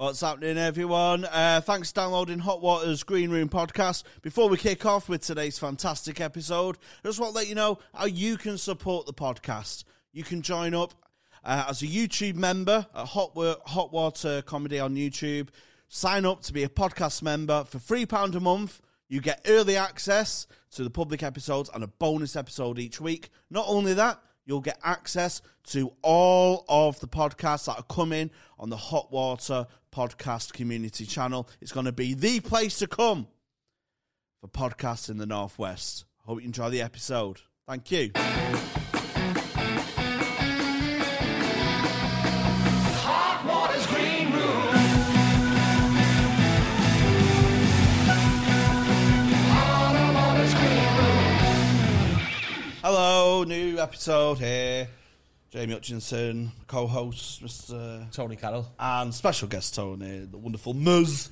What's happening, everyone? Uh, thanks for downloading Hot Water's Green Room podcast. Before we kick off with today's fantastic episode, I just want to let you know how you can support the podcast. You can join up uh, as a YouTube member at Hot, Wa- Hot Water Comedy on YouTube. Sign up to be a podcast member for £3 a month. You get early access to the public episodes and a bonus episode each week. Not only that, you'll get access to all of the podcasts that are coming on the Hot Water Podcast Community channel. It's going to be the place to come for podcasts in the Northwest. Hope you enjoy the episode. Thank you. Hot Water's Green Room. Hot Water's Green Room. Hello, new episode here. Jamie Hutchinson, co-host, Mr. Tony Carroll. and special guest Tony, the wonderful Muz.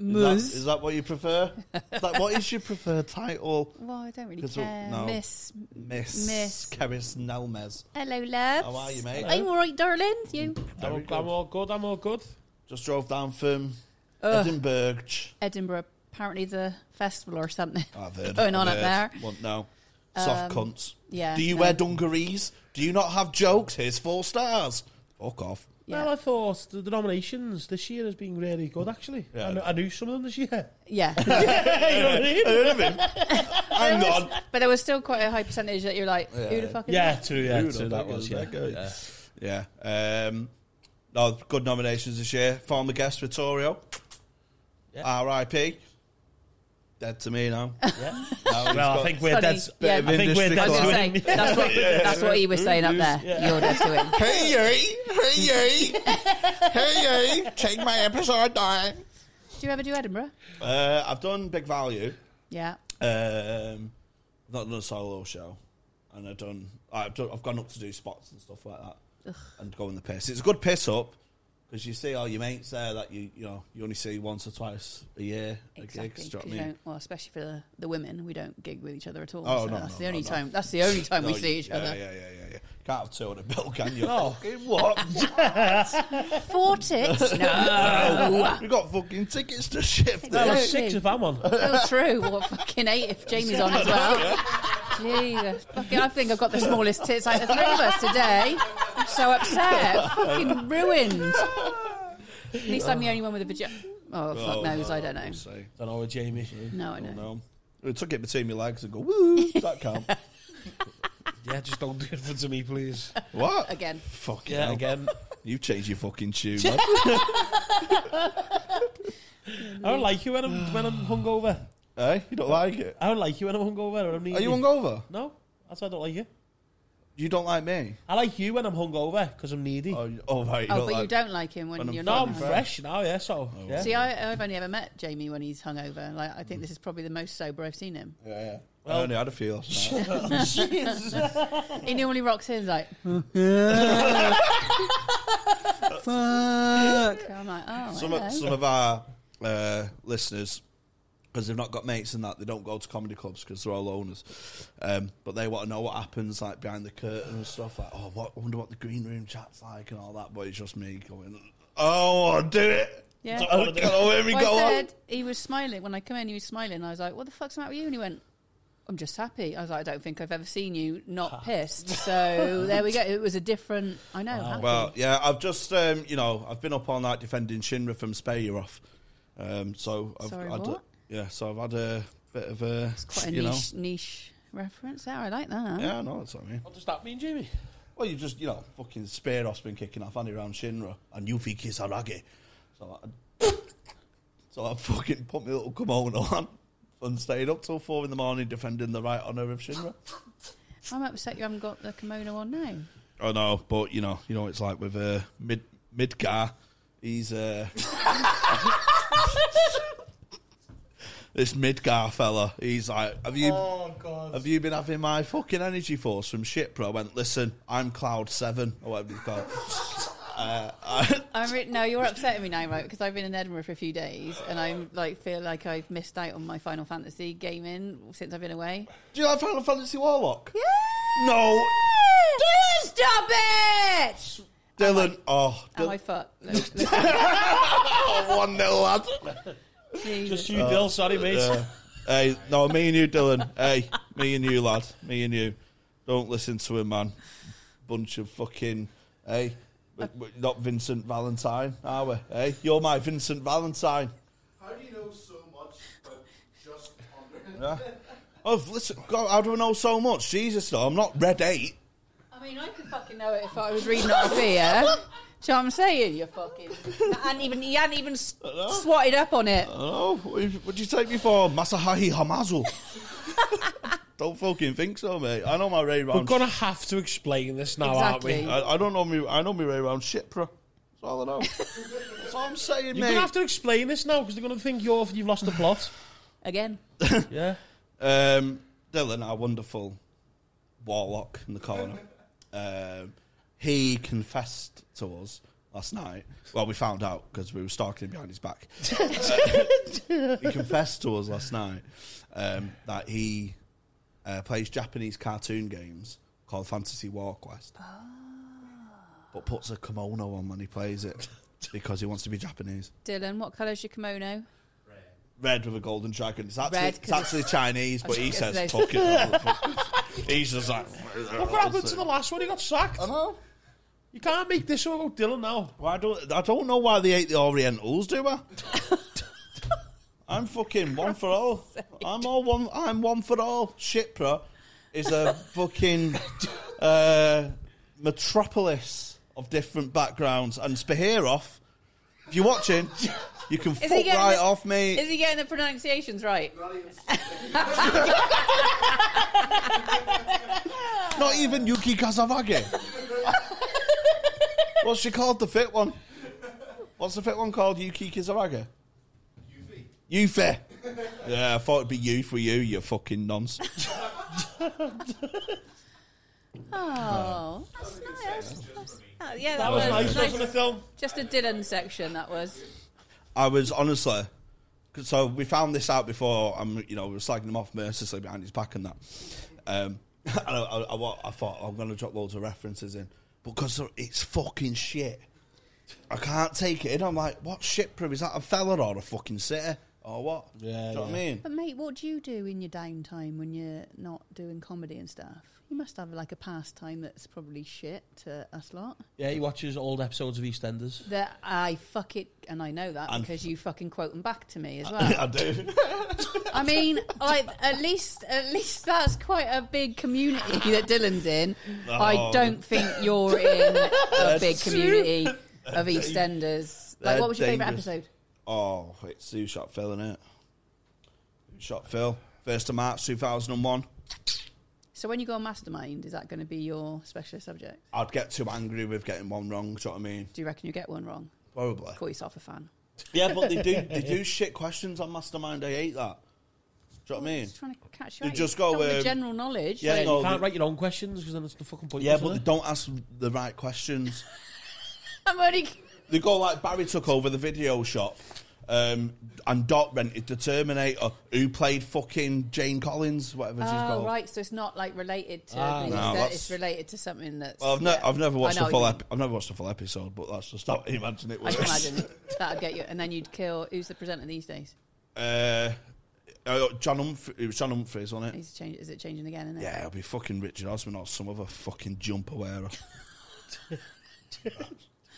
Is that, is that what you prefer? Is that what is your preferred title? Well, I don't really 'Cause we- care. no. Miss. Miss, Miss. Keris Nelmes. Hello, love. How are you, mate? Mm. I'm all right, darling. You? I'm, Very I'm good. all good. I'm all good. Just drove down from Ugh. Edinburgh. Edinburgh, apparently the festival or something. I've heard. Going on I've up heard. there. Um, What now? Soft cunts. yeah, Do you no. wear dungarees? Do you not have jokes? Here's four stars. Fuck off. Yeah. Well, I thought the, the nominations this year has been really good, actually. Yeah. I, knew, I knew some of them this year. yeah. you know what I mean? Heard of him? Hang on. but there was still quite a high percentage that you're like, who the fuck is Yeah, that? true. Yeah, Dude, I true. That think it was was yeah. that good. yeah. Yeah. Um, no, good nominations this year. Former guest oh. Vittorio. Yeah. R.I.P. Dead to me now. yeah. Now he's Well, I got think Funny. we're dead. s- Yeah. I think we're Industry dead. I was Go going on. to to say, him. that's what, that's what he was saying up there. You're dead to him. Hey yay! Hey yay! hey yay! Take my episode down. Do you ever do Edinburgh? Uh, I've done Big Value. Yeah. Um, I've not done a solo show, and I've done I've done, I've gone up to do spots and stuff like that, and go in the piss. It's a good piss up because you see all your mates there that you you know you only see once or twice a year. at Exactly. gigs, do you know 'cause what I you mean? don't- well, especially for the, the women, we don't gig with each other at all. Oh, so no, that's no, the no, only no. time. That's the only time we No, see each yeah, other. Yeah, yeah, yeah, yeah. Can't have two on a bill, can you? No. Fucking what? Fought it. No. we got fucking tickets to shift. That Exactly. was six if I'm on. Well, true. Well, fucking eight if Jamie's on as well. Jesus. Fucking, I think I've got the smallest tits out of the three of us today. I'm so upset. Fucking ruined. At least I'm the only one with a vagina. Oh, fuck Oh, knows. no, I don't know. we'll see. Don't know with Jamie. No, I know. No. We took it between my legs and go woo. That can't. Yeah, just don't do it for to me, please. what? Again. Fucking Yeah, hell. again. You've changed your fucking tune. lad. I don't like you when I'm when I'm hungover. eh? You don't like it? I don't like you when I'm hungover. Or I'm Are needy. you hungover? No, that's why I don't like you. You don't like me? I like you when I'm hungover because I'm needy. Oh, you- oh right. You Oh, don't but like you don't like him when When I'm you're no, not. I'm hungover. fresh now. Yeah, so yeah. See, I, I've only ever met Jamie when he's hungover. Like, I think this is probably the most sober I've seen him. Yeah, yeah. I Well- only had a few. last night. He normally rocks in like, Fuck. I'm like, oh, Some hello. of, some of our uh, listeners, because they've not got mates and that, they don't go to comedy clubs because they're all owners. Um, but they want to know what happens like behind the curtain and stuff. Like, oh, what, I wonder what the green room chat's like and all that. But it's just me going, oh, I'll do it. "Oh, Yeah. Don't wanna go, let me Well, go I on. said he was smiling when I come in. He was smiling. I was like, "What the fuck's the matter with you?" And he went, "I'm just happy." I was like, "I don't think I've ever seen you not pissed." So there we go. It was a different. I know. happy. Oh, Well, yeah, I've just, um, you know, I've been up all night defending Shinra from Spayeroff. Um, so I've Sorry, had what? A, yeah, so I've had a bit of a, it's quite a you niche niche reference. There, I like know, that. yeah, I know that's what I mean. What does that mean, Jamie? Well, you just, you know, fucking Spayeroff's been kicking off Andy around Shinra, and you think he's Haragi. So I, so I fucking put my little kimono on and stayed up till four in the morning defending the right honour of Shinra. I'm upset you haven't got the kimono on now. I know, but you know, you know, it's like with uh, mid Midgar. He's uh, this Midgar fella. He's like, have you God. have you been having my fucking energy force from shit, bro? I went, listen, I'm Cloud Seven or whatever he's called. uh, I, I'm re- no, you're upsetting me now, right? Because I've been in Edinburgh for a few days, and I'm like feel like I've missed out on my Final Fantasy gaming since I've been away. do you like Final Fantasy Warlock? Yeah. No. Stop it! Dylan, oh, And Dylan, my foot. Look, look, oh, one nil, lad. Jesus. Just you, Bill. Sorry, mate. Yeah. Uh, hey, no, me and you, Dylan. Hey, me and you, lad. Me and you. Don't listen to him, man. Bunch of fucking. Hey, we- we're not Vincent Valentine, are we? Hey, you're my Vincent Valentine. How do you know so much, but just pondering? Yeah. Oh, listen, God, how do I know so much? Jesus, no, I'm not red eight. I mean, I could fucking know it if I was reading off here. Do you know what I'm saying? You fucking. And even he hadn't even s- swatted up on it. Oh, what'd you take me for? Masahahi Hamazu. don't fucking think so, mate. I know my Ray We're round. gonna have to explain this now, aren't Exactly. we? I, I don't know me. I know me Ray round shit, bro. That's all I know. That's all I'm saying, You're mate. gonna have to explain this now because they're gonna think you're you've lost the plot. Again. yeah. Um, Dylan, our wonderful warlock in the corner, um, he confessed to us last night. Well, we found out because we were stalking him behind his back. Uh, he confessed to us last night um, that he uh, plays Japanese cartoon games called Fantasy War Quest, Ah. but puts a kimono on when he plays it because he wants to be Japanese. Dylan, what colour's your kimono? Red with a golden dragon. It's actually, Red, 'cause it's actually Chinese, but he it's says nice. fuck it. He's just like. Look what happened to the last one? He got sacked. You can't make this all about Dylan now. Well, I don't. I don't know why they ate the Orientals, do I? I'm fucking one for all. I'm all one. I'm one for all. Shipra is a fucking uh, metropolis of different backgrounds, and Spahirov. If you're watching, you can fuck getting right the- off me. Is he getting the pronunciations right? Not even Yuki Kazawage. What's she called? The fit one. What's the fit one called? Yuki Kazawage. Yuffie. Yeah, I thought it'd be you for you. You fucking nonce. Oh, that's nice. Oh, yeah, that, That was was, nice. nice. Wasn't it, film? Just a Dylan section, that was. I was honestly. 'cause- So we found this out before. I'm, you know, we were slagging him off mercilessly behind his back and that. Um, and I, I, I, wa- I thought I'm going to drop loads of references in because it's fucking shit. I can't take it. in. I'm like, what shit, bro? Is that a fella or a fucking sitter or what? Yeah, Do you know what I yeah. mean? But mate, what do you do in your downtime when you're not doing comedy and stuff? You must have like a pastime that's probably shit to us lot. Yeah, he watches old episodes of EastEnders. That I fuck it, and I know that And- Uh, because you fucking quote them back to me as well. I do. I mean, like at least at least that's quite a big community that Dylan's in. I Oh. don't think you're in a big That's- community of EastEnders. Like, They're what was your favourite dangerous. episode? oh, it's who shot Phil, innit? Who shot Phil? First of March, two thousand and one. So when you go on Mastermind, is that going to be your specialist subject? I'd get too angry with getting one wrong. Do you know what I mean? Do you reckon you get one wrong? Probably. Call yourself a fan. Yeah, but they do they do shit questions on Mastermind. I hate that. Do you know what I mean? Just trying to catch you. They out. just You don't go, want the um, general knowledge. yeah, like- no, You can't they- write your own questions because then it's the fucking point. yeah, isn't but they it? don't ask the right questions. I'm only. They go like Barry took over the video shop, um, and Dot rented the Terminator, who played fucking Jane Collins, whatever she's Oh called. right, so it's not like related to. Ah. things, No, that that's- it's related to something that's. Well, I've, ne- yeah. I've never watched I know the full. what Ep- I've never watched the full episode, but that's just how I imagine it you mean. I works. can imagine that'd get you, and then you'd kill. Who's the presenter these days? Uh, uh, John Humphrey, it was John Humphreys, wasn't it? He's change, is it changing again? Isn't it? Yeah, it'll be fucking Richard Osman or some other fucking jumper wearer.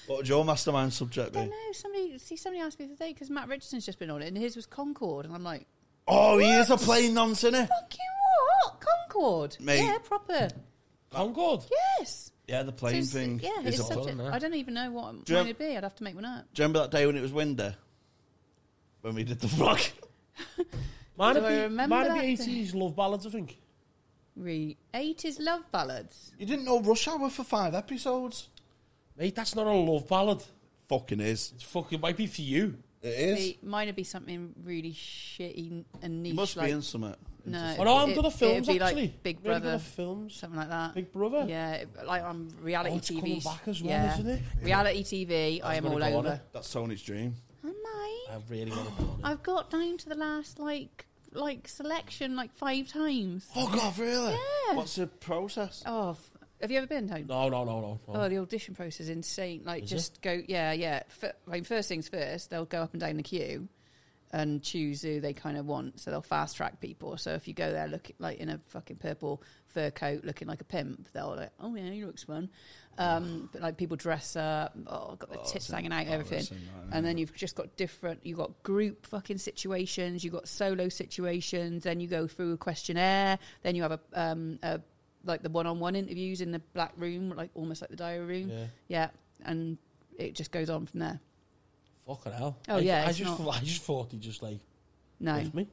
what would your mastermind subject I be? don't know. Somebody see somebody asked me the other day because Matt Richardson's just been on it, and his was Concord, and I'm like, Oh, he is a plain nonce, is fucking what? Concord? Mate. Yeah, proper. Concord. Yes. Yeah, the plain So it's- thing Yeah, is his a pl- subject. one, eh? I don't even know what Do you mine have- would be. I'd have to make one up. Do you remember that day when it was windy? When we did the vlog? Mine Do would I be, remember mine would that be day? 80s love ballads, I think. Re eighties love ballads. You didn't know Rush Hour for five episodes? Mate, that's not a love ballad. Fucking is. It's fucking might be for you. It is. See, mine would be something really shitty and niche. You must like, be in summer. no. Oh no, I'm it- good at films it'd be actually. Like Big Really good Brother, at films. something like that. Big Brother? Yeah, it- like on reality Oh, it's TV. coming back as well, yeah. isn't it? Reality TV. I am gonna all go on over. it. That's Tony's dream. Am I? I really want to. I've got down to the last like like selection like five times. Fuck off, really? Yeah. What's the process? Oh, f- Have you ever been home? No, no, no, no. no. Oh, the audition process is insane. Like, just go, yeah, yeah. F- I mean, first things first, they'll go up and down the queue and choose who they kind of want. So they'll fast track people. So if you go there, look like in a fucking purple fur coat, looking like a pimp, they'll like, oh yeah, he looks fun. Um, but like people dress up, oh, got their tits hanging out, Oh, everything. and then you've just got different. You've got group fucking situations. You've got solo situations. Then you go through a questionnaire. Then you have a, um, a like the one-on-one interviews in the black room, like almost like the diary room. Yeah. Yeah, and it just goes on from there. Fucking hell. Oh, I, yeah, I it's just, not- thought- I just thought he just like No. left me.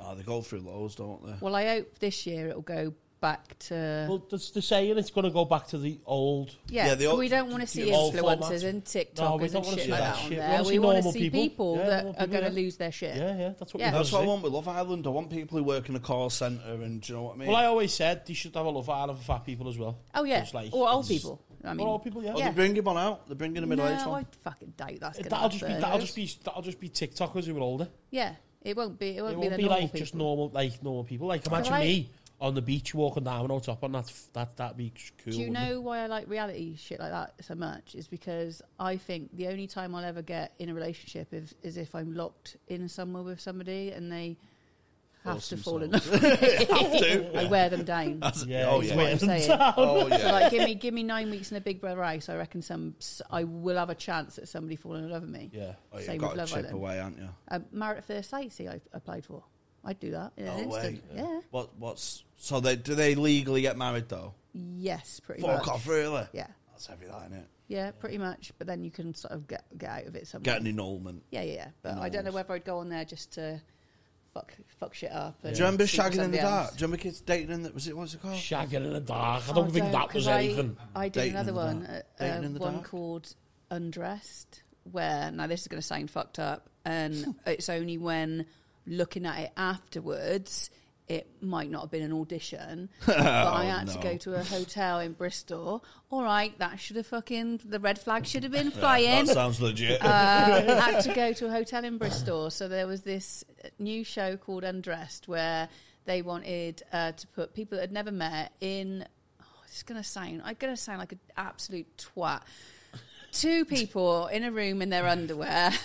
Oh, they go through loads, don't they? Well, I hope this year it'll go back to. Well, that's the saying. It's going to go back to the old. yeah, yeah, they all- we don't want to see old influencers formats. and No, TikTokers we don't and wanna shit see like that that on shit. We there. wanna see We want to normal see people. people Yeah, that normal are people, going to yeah. lose their shit. Yeah, yeah. That's what Yeah. we want That's to what I see. want with Love Island. I want people who work in a call centre and do you know what I mean? Well, I always said they should have a love island for fat people as well. Oh yeah, It's like- or old it's- people. I mean, or old people, yeah. oh, yeah. they bring him on out. They bring in a middle aged no, I one. fucking doubt that's going to That'll just be that'll just be that'll just be TikTokers who are older. Yeah, it won't be. It won't It be won't the be normal like people. just normal like normal people. Like imagine like- me on the beach walking down without top on that f- that that'd be just cool. Do you wouldn't it? know why I like reality shit like that so much? Is because I think the only time I'll ever get in a relationship is, is if I'm locked in somewhere with somebody and they have Force to fall in love. themselves. I wear them down. That's- Yeah, oh, it's yeah. waiting saying. down. Oh, So yeah. like, give me give me nine weeks in a Big Brother house. I reckon some s- I will have a chance at somebody falling in love with me. Yeah. Oh, you've Same got with to Love chip Island. away, aren't you? Uh, Married at First Sight. See, I applied for. I'd do that Oh, in an No way. instant. Yeah. What? What's so? They do they legally get married though? Yes, pretty much. Fuck off, really? Yeah. That's heavy, that innit? Yeah, pretty much. But then you can sort of get get out of it somehow. Get an annulment. yeah, yeah, yeah. But I don't know whether I'd go on there just to fuck fuck shit up. And Do you remember sleep with shagging in the somebody dark? else. Do you remember kids dating in the? Was it what's it called? Shagging in the dark. I don't think that Oh, 'cause was I, anything. I did Dating in another the one, dark. uh, Dating uh, in the one dark. called Undressed, where now this is going to sound fucked up, and it's only when looking at it afterwards. It might not have been an audition, but I Oh, had to no. go to a hotel in Bristol. All right, that should have fucking the red flag should have been flying. That sounds legit. uh, had to go to a hotel in Bristol. So there was this new show called Undressed where they wanted uh, to put people that had never met in. Oh, this is gonna sound. I'm gonna sound like an absolute twat. Two people in a room in their underwear.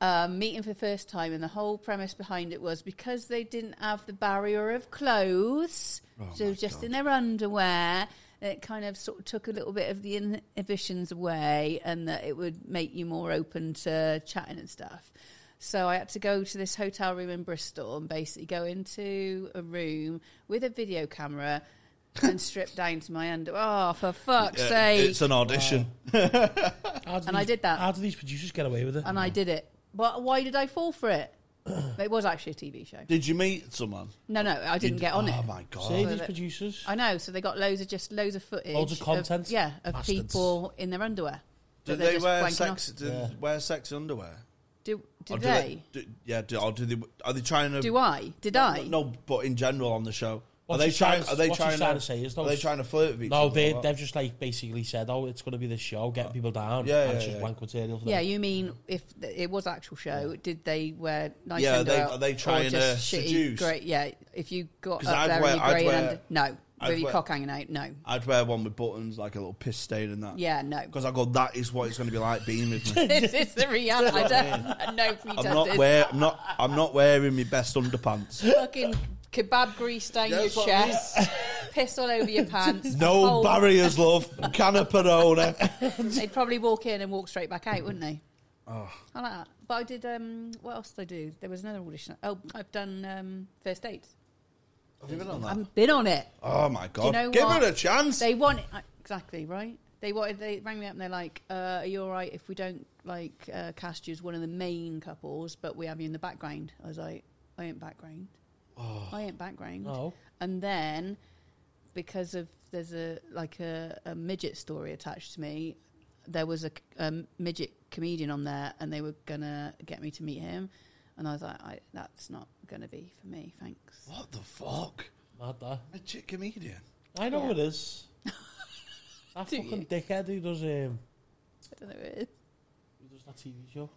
Um, meeting for the first time, and the whole premise behind it was because they didn't have the barrier of clothes, so just in their underwear, it kind of sort of took a little bit of the inhibitions away, and that it would make you more open to chatting and stuff. So I had to go to this hotel room in Bristol and basically go into a room with a video camera and strip down to my underwear. Oh, for fuck's Uh, sake! it's an audition. How did and I these- did that. How do these producers get away with it? and I did it. But why did I fall for it? it was actually a TV show. Did you meet someone? No, no, I didn't get on oh it. my god! See with these it. producers. I know. So they got loads of just loads of footage, Loads of content? yeah, of Bastards. people in their underwear. Did they're they just wear wanking sex? off. Did Yeah. wear sex underwear? Do, do Or do they? do- yeah. Do, or do they? Are they trying to? Do I? Did I? No, but in general on the show, What are they she's trying? trying to- Are they what she's trying, trying to, to say is Are those- they trying to flirt with each No, other? they or what? they've just like basically said, "Oh, it's going to be this show, get people down, Yeah, and yeah, it's just yeah. wank material for them." Yeah, you mean if th- it was actual show? Did they wear nice Yeah, they- underwear? are they or trying just to shitty seduce? Grey, yeah, if you got 'Cause up I'd there wear- and I'd you're grey and wear- under, no, I'd with your wear- cock hanging out, no. I'd wear one with buttons, like a little piss stain and that. Yeah, no. Because I go, that is what it's going to be like being with me. this is the reality. I don't know if he I'm does not this. wear. I'm not. I'm not wearing my best underpants. fucking kebab grease down Yeah, your that's what I mean. chest, piss all over your pants. a No whole- barriers, love. Canaperona. They'd probably walk in and walk straight back out, wouldn't they? Oh. I like that. But I did. Um, what else did I do? There was another audition. Oh, I've done um, first dates. Have you been on I that? haven't been on it. Oh my god! Um, know Give what? it a chance. They want it exactly right. They wanted. They rang me up and they're like, uh, "Are you all right if we don't like uh, cast you as one of the main couples, but we have you in the background?" I was like, "I ain't background. Oh. I ain't background." No. And then because of there's a like a, a midget story attached to me, there was a, c- a midget comedian on there, and they were gonna get me to meet him, and I was like, I, "That's not gonna be for me, thanks." What the fuck? Mad that. A chick comedian. I know Yeah. it is. That Do fucking you? dickhead who does um I don't know who it is who does that TV show.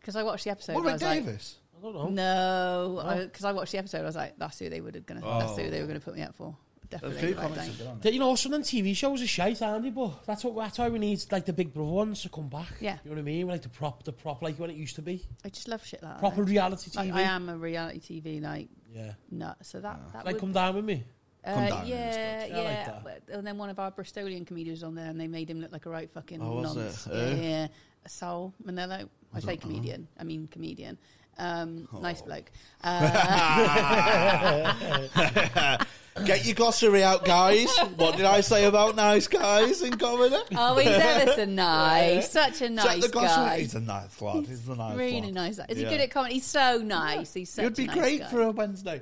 because I watched the episode. and I Warwick was like, Davis. I don't know. Oh. No, because I, watched the episode. I was like, that's who they would have gonna. That's Oh. who they were gonna put me up for. definitely. food comics like, are good, aren't Th- You know, some of them TV shows are shite, aren't they? But that's what that's why we need like the big brother ones to come back. Yeah. you know what I mean. We like the prop, the prop, like what it used to be, I just love shit like that. proper reality TV. Like, I am a reality TV like Yeah, nut, so that that like would, come down with me. uh, Come down, yeah, good. I like yeah. But- and then one of our Bristolian comedians was on there, and they made him look like a right fucking Oh, was nonce. it? Yeah, Eh? Uh-huh. yeah, a soul Manello. I say comedian, I mean comedian. Um, Oh. Nice bloke. Uh, Get your glossary out, guys. what did I say about nice guys in comedy? oh, he's ever so nice, such a Check nice the glossary. guy. He's a nice lad. He's, a nice really lad. nice. Is Yeah. he good at comedy? He's so nice. He's such You'd be a nice great guy. for a Wednesday.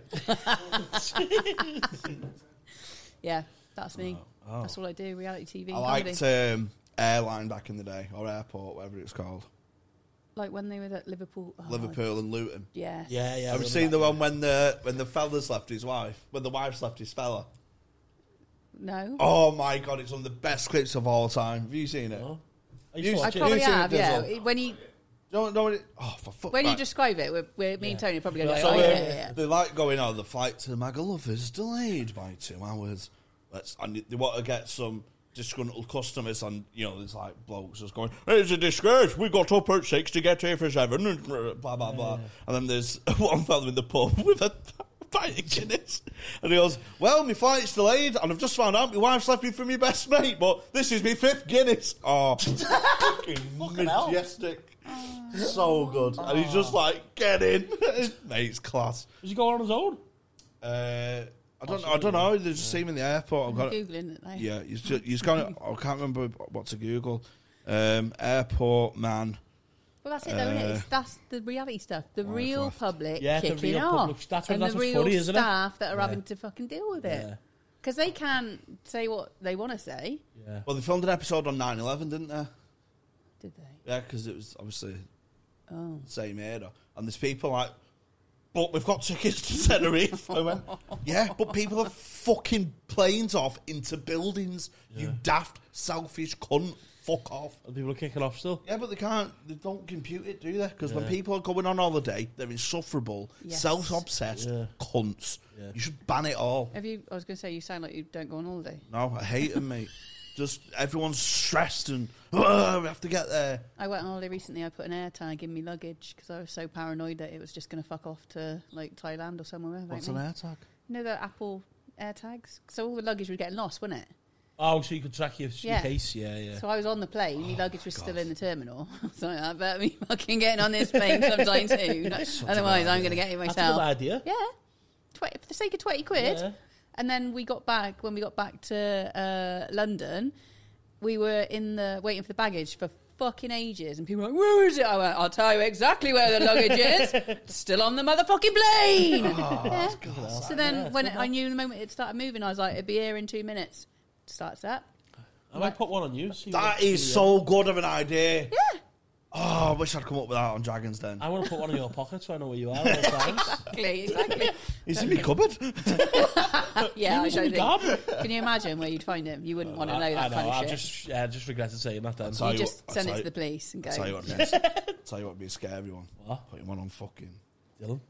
yeah. That's me. That's all I do. Reality TV. Oh, I comedy. liked um, airline back in the day, or airport, whatever it's called. like when they were at Liverpool. Oh, Liverpool and Luton. Yes. Yeah, yeah. I Have you remember seen that. the one when the when the fella's left his wife, when the wife's left his fella? No. Oh my god, it's one of the best clips of all time. Have you seen it? No. I You used to I watch should- probably you should have. do Yeah. some. When you Don't know it. Oh, for fuck. when you describe it, we're, we're, me and Tony are probably going to so go. um, uh, Oh, yeah, yeah, yeah. they like going on the flight to Magaluf is delayed by two hours. Let's and they want to get some disgruntled customers, and you know there's like blokes just going, "It's a disgrace. We got up at six to get here for seven, and blah blah blah." And then there's one fella in the pub with a. pint of Guinness. And he goes, Well, my flight's delayed, and I've just found out my wife's left me for my best mate, but this is my fifth Guinness. Oh, fucking hell. majestic. So good. And he's just like, Get in. Mate's class. Was he going on his own? Uh, I don't. I don't know. They just see him in the airport. I've got it. Googling it. Now. Yeah, he's just, he's got. it. I can't remember what to Google. Um, airport man. Well, that's it, though. isn't it? Uh, It's, that's the reality stuff. The real laughed. public Oh, Yeah, the kicking real off, public- that's what- and that's the what's real funny, isn't it? staff that are Yeah. having to fucking deal with it Yeah. because they can't say what they want to say, Yeah. Well, they filmed an episode on 9-11, didn't they? did they? Yeah, because it was obviously Oh, the same era. And there's people like, but we've got tickets to Tenerife. I went, yeah, but people are fucking planes off into buildings. You daft, selfish cunt. Fuck off. And people are kicking off still. Yeah, but they can't. They don't compute it, do they? Because when people are going on holiday, they're insufferable, Yes. self-obsessed Yeah. cunts. Yeah. You should ban it all. have you? I was going to say you sound like you don't go on holiday. No, I hate them, mate. Just everyone's stressed and "Ugh, we have to get there. I went on holiday recently. I put an air tag in my luggage because I was so paranoid that it was just going to fuck off to like Thailand or somewhere. without What's me. an air tag? You know the Apple air tags? So all the luggage was getting lost, wasn't it? Oh, so you could track your, your Yeah. case. Yeah, yeah. So I was on the plane, my luggage was still in the terminal. so I better be fucking getting on this plane sometime soon. Otherwise, I'm going to get it That's a good myself. idea. Yeah. 20, for the sake of 20 quid. Yeah. And then we got back, when we got back to uh, London, we were in the waiting for the baggage for fucking ages. And people were like, where is it? I went, I'll tell you exactly where the luggage is. It's Still on the motherfucking plane. Oh, Ah. Yeah. So then when I knew the moment it started moving, I was like, it'll be here in two minutes. Starts up. I might put one on you. See That what- is see so good of an idea. Yeah. Oh, I wish I'd come up with that on Dragons Den. I want to put one in your pocket so I know where you are. All the time. Exactly, exactly. It's in my cupboard. Yeah, I was in don't the garden. think. Can you imagine where you'd find him? You Uh, wouldn't want to know that I know. kind I of shit. just, yeah, I just regretted saying that. Then. Sorry. you just I'll send tell it you- to the police and go. tell you what, Ness. tell you what, would be a scary one. What? Putting one on fucking. Dylan.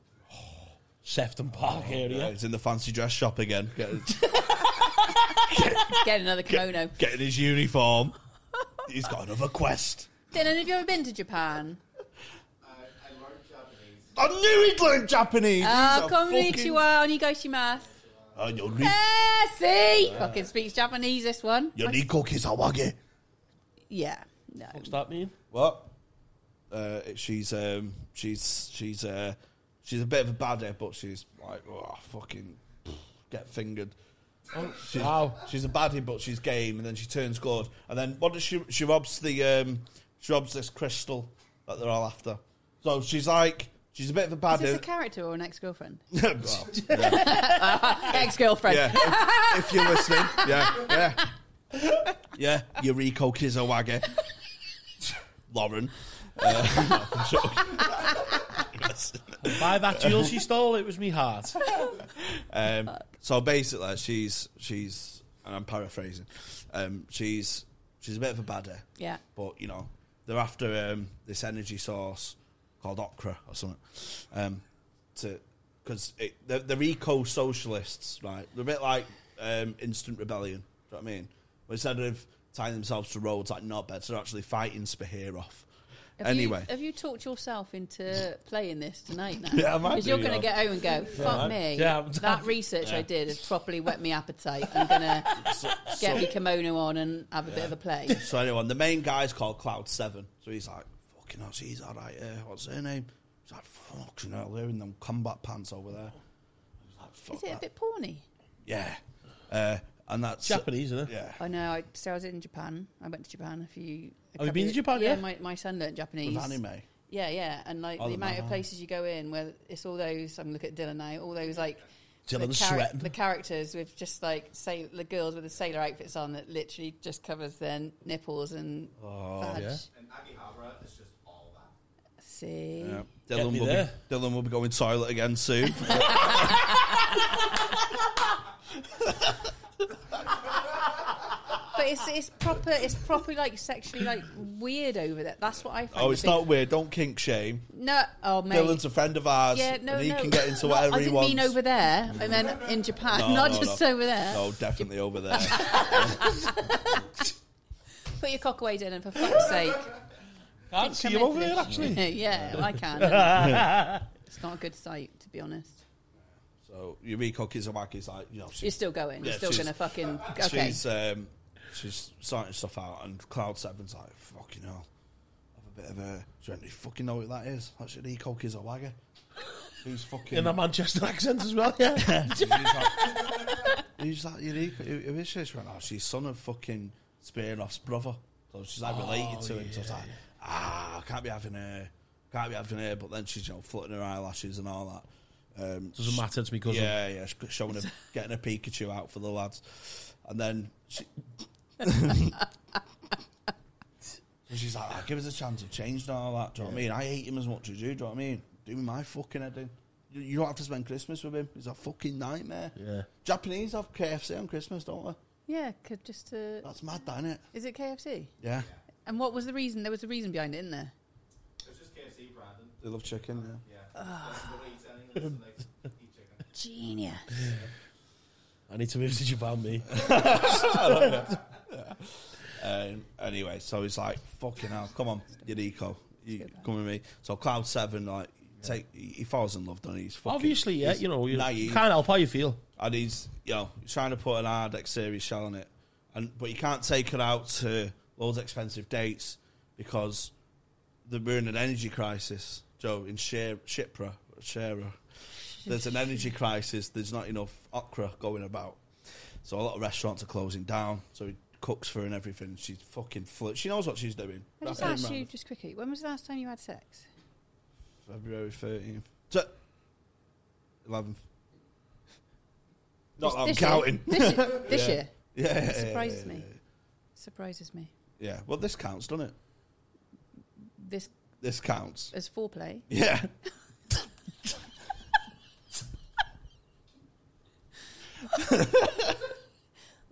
Sefton Park Oh, area. uh, It's in the fancy dress shop again. Get, Get another kimono. getting his uniform. He's got another quest. Dylan, have you ever been to Japan? I learned Japanese. I knew he'd learn Japanese. He's Oh, a konnichiwa, onigoshimasu. fucking- Oh, you're re- Eh, see? Fucking speaks Japanese, this one. Your Nico Kisawagi. Yeah. No. What's that mean? What? Uh, she's um, she's she's uh, she's a bit of a baddie, but she's like, oh, fucking get fingered. Oh, She's, wow. she's a baddie, but she's game, and then she turns good, and then what does she? She robs the um, she robs this crystal that they're all after. So she's like, she's a bit of a Is this a baddie. character or an ex girlfriend? Well, ex girlfriend. yeah, if, if you're listening, yeah, yeah, yeah, Yuriko Kizawage, Lauren. Uh, I'm joking. By that jewel she stole, it was me heart. Um, so basically, she's she's and I'm paraphrasing. Um, she's she's a bit of a baddie, Yeah. but you know they're after um, this energy source called okra or something. Um, to because they're, they're eco socialists, right? They're a bit like um, instant rebellion. Do you know what I mean? But instead of tying themselves to roads like not beds, they're actually fighting Spear off. Have anyway. You, have you talked yourself into playing this tonight now? Yeah, I might Because you're do, going to yeah. get home and go, fuck me. Yeah, I'm- that research I did has properly wet my appetite. I'm going to get my kimono on and have a bit of a play. So anyone, the main guy's called Cloud Seven. So he's like, fucking hell, she's all right here. What's her name? He's like, fucking hell, they're in them combat pants over there. He's like, Fuck Is it a that. bit porny? Yeah. Uh, and that's Japanese, isn't it? Yeah. I know. I, so I was in Japan. I went to Japan a few. a Oh, you've been to couple- Japan, Yeah, yeah? my, my son learned Japanese. With anime. Yeah, yeah, and like Oh, the the amount of manhwa. places you go in where it's all those. I'm looking at Dylan now. All those like the, Dylan's charac- sweating. the characters with just like say the girls with the sailor outfits on that literally just covers their n- nipples and vag. yeah. And Akihabara is just all that. See, Yeah. Get Dylan me will, there. be, Dylan will be going toilet again soon. but it's it's proper. It's properly like sexually like weird over there. That's what I find. oh, the it's big- not weird. Don't kink shame. No, oh mate. Dylan's a friend of ours. yeah, no, and he no. can get into Not- whatever I he didn't wants. mean over there. I meant in Japan, No, not no, just no. over there. No, definitely over there. Put your cock away, Dylan, for fuck's sake. Can't see Come him in over for there, this. actually. yeah, well, I can. it's not a good sight, to be honest. so Yuriko Kizawaki's like, you know, You're she's, still going. You're Yeah, still she's- going to fucking. Okay. she's um, she's sorting stuff out, and Cloud Seven's like, fucking hell, have a bit of a. Do you fucking know who that is? That's Yuriko Kizawaki. Who's fucking? In a Manchester accent as well, yeah. he's like, who's that Eureka? Who, who is she? She went, oh, she's son of fucking Spearoff's brother. So she's Oh, like related to him. So it's like, ah, I can't be having her. Can't be having her. But then she's, you know, flirting her eyelashes and all that. Um, Doesn't matter, it's my cousin. Yeah, yeah, she's showing her, getting a Pikachu out for the lads. And then she... And she's like, "Ah, give us a chance of changing all that. Do you know what I mean? I hate him as much as you. Do you know what I mean? Do my fucking head in. You, you don't have to spend Christmas with him. It's a fucking nightmare. Yeah. Japanese have KFC on Christmas, don't they? yeah, could just to. That's mad, that, isn't it? Is it KFC? Yeah. And what was the reason? There was a reason behind it, in there. It's just KFC, Brandon. They love chicken, yeah. Yeah. Nobody eats anything unless they eat chicken. Genius. I need to move to Japan, me. Um, anyway, so he's like, fucking hell, come on, Yuriko. You come with me. So Cloud Seven, like, take he falls in love, doesn't he? He's fucking, Obviously, yeah, he's you know, you naive. can't help how you feel. and he's you know he's trying to put an hard exterior shell on it, and but you can't take her out to loads of expensive dates because the- we're in an energy crisis, Joe. In Shir- Shipra, Shira, there's an energy crisis. There's not enough okra going about, so a lot of restaurants are closing down. So he cooks for her and everything. She's fucking flipped. She knows what she's doing. I just Wrapping asked around you just quickly. When was the last time you had sex? February thirteenth. Eleventh. Not that I'm this counting. Year? This year. This year. Yeah, Uh, yeah, yeah, Surprises yeah, me. Surprises me. Yeah, well, this counts, doesn't it? This This counts. as foreplay. Yeah.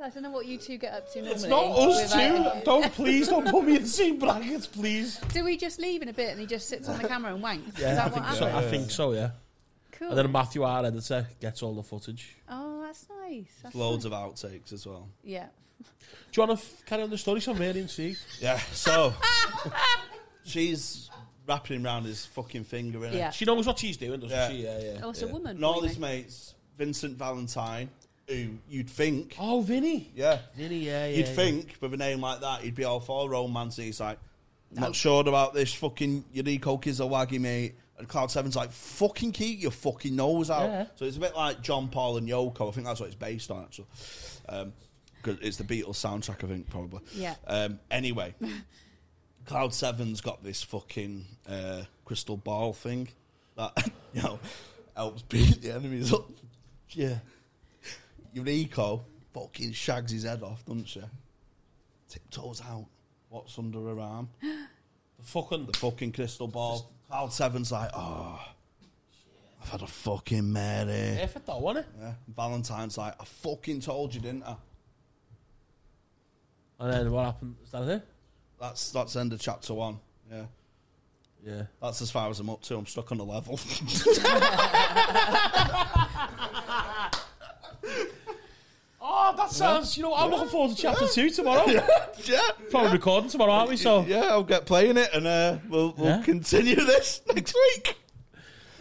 I don't know what you two get up to normally. It's not us without- two. Don't please don't put me in the same brackets, please. Do we just leave in a bit and he just sits on the camera and wanks? Is Yeah, I that what think so. happens? I think so, yeah. Cool. And then Matthew, our editor, gets all the footage. Oh, that's nice. That's Loads nice. of outtakes as well. Yeah. Do you want to f- carry on the story? Some really and see. Yeah, so she's wrapping him around his fucking finger, innit? Yeah. She knows what she's doing, doesn't Yeah. she? Yeah, yeah. Oh, it's a woman. And all probably. his mates, Vincent Valentine, who you'd think, Oh, Vinny. yeah, Vinny, yeah, yeah. you'd yeah. think with a name like that, he'd be all for romance. And he's like, not sure about this fucking Yuriko Kizawagi, mate. And Cloud Seven's like, fucking keep your fucking nose out. Yeah. So it's a bit like John Paul and Yoko. I think that's what it's based on, actually. Um 'cause it's the Beatles soundtrack, I think, probably. Yeah. Um, anyway, Cloud Seven's got this fucking uh, crystal ball thing that, you know, helps beat the enemies up. Yeah. Yuriko fucking shags his head off, doesn't she? Tiptoes out. What's under her arm? The fucking. the fucking crystal ball. Cloud Seven's like, oh, I've had a fucking Mary. Yeah, for that one, eh? Yeah. Valentine's like, I fucking told you, didn't I? And then what happened? Is that it? That's that's end of chapter one. Yeah, Yeah. that's as far as I'm up to. I'm stuck on a level. Oh, God, that sounds. You know, I'm looking forward to chapter two tomorrow. yeah, Probably recording tomorrow, aren't we? So yeah, I'll get playing it, and uh, we'll we'll Yeah. continue this next week.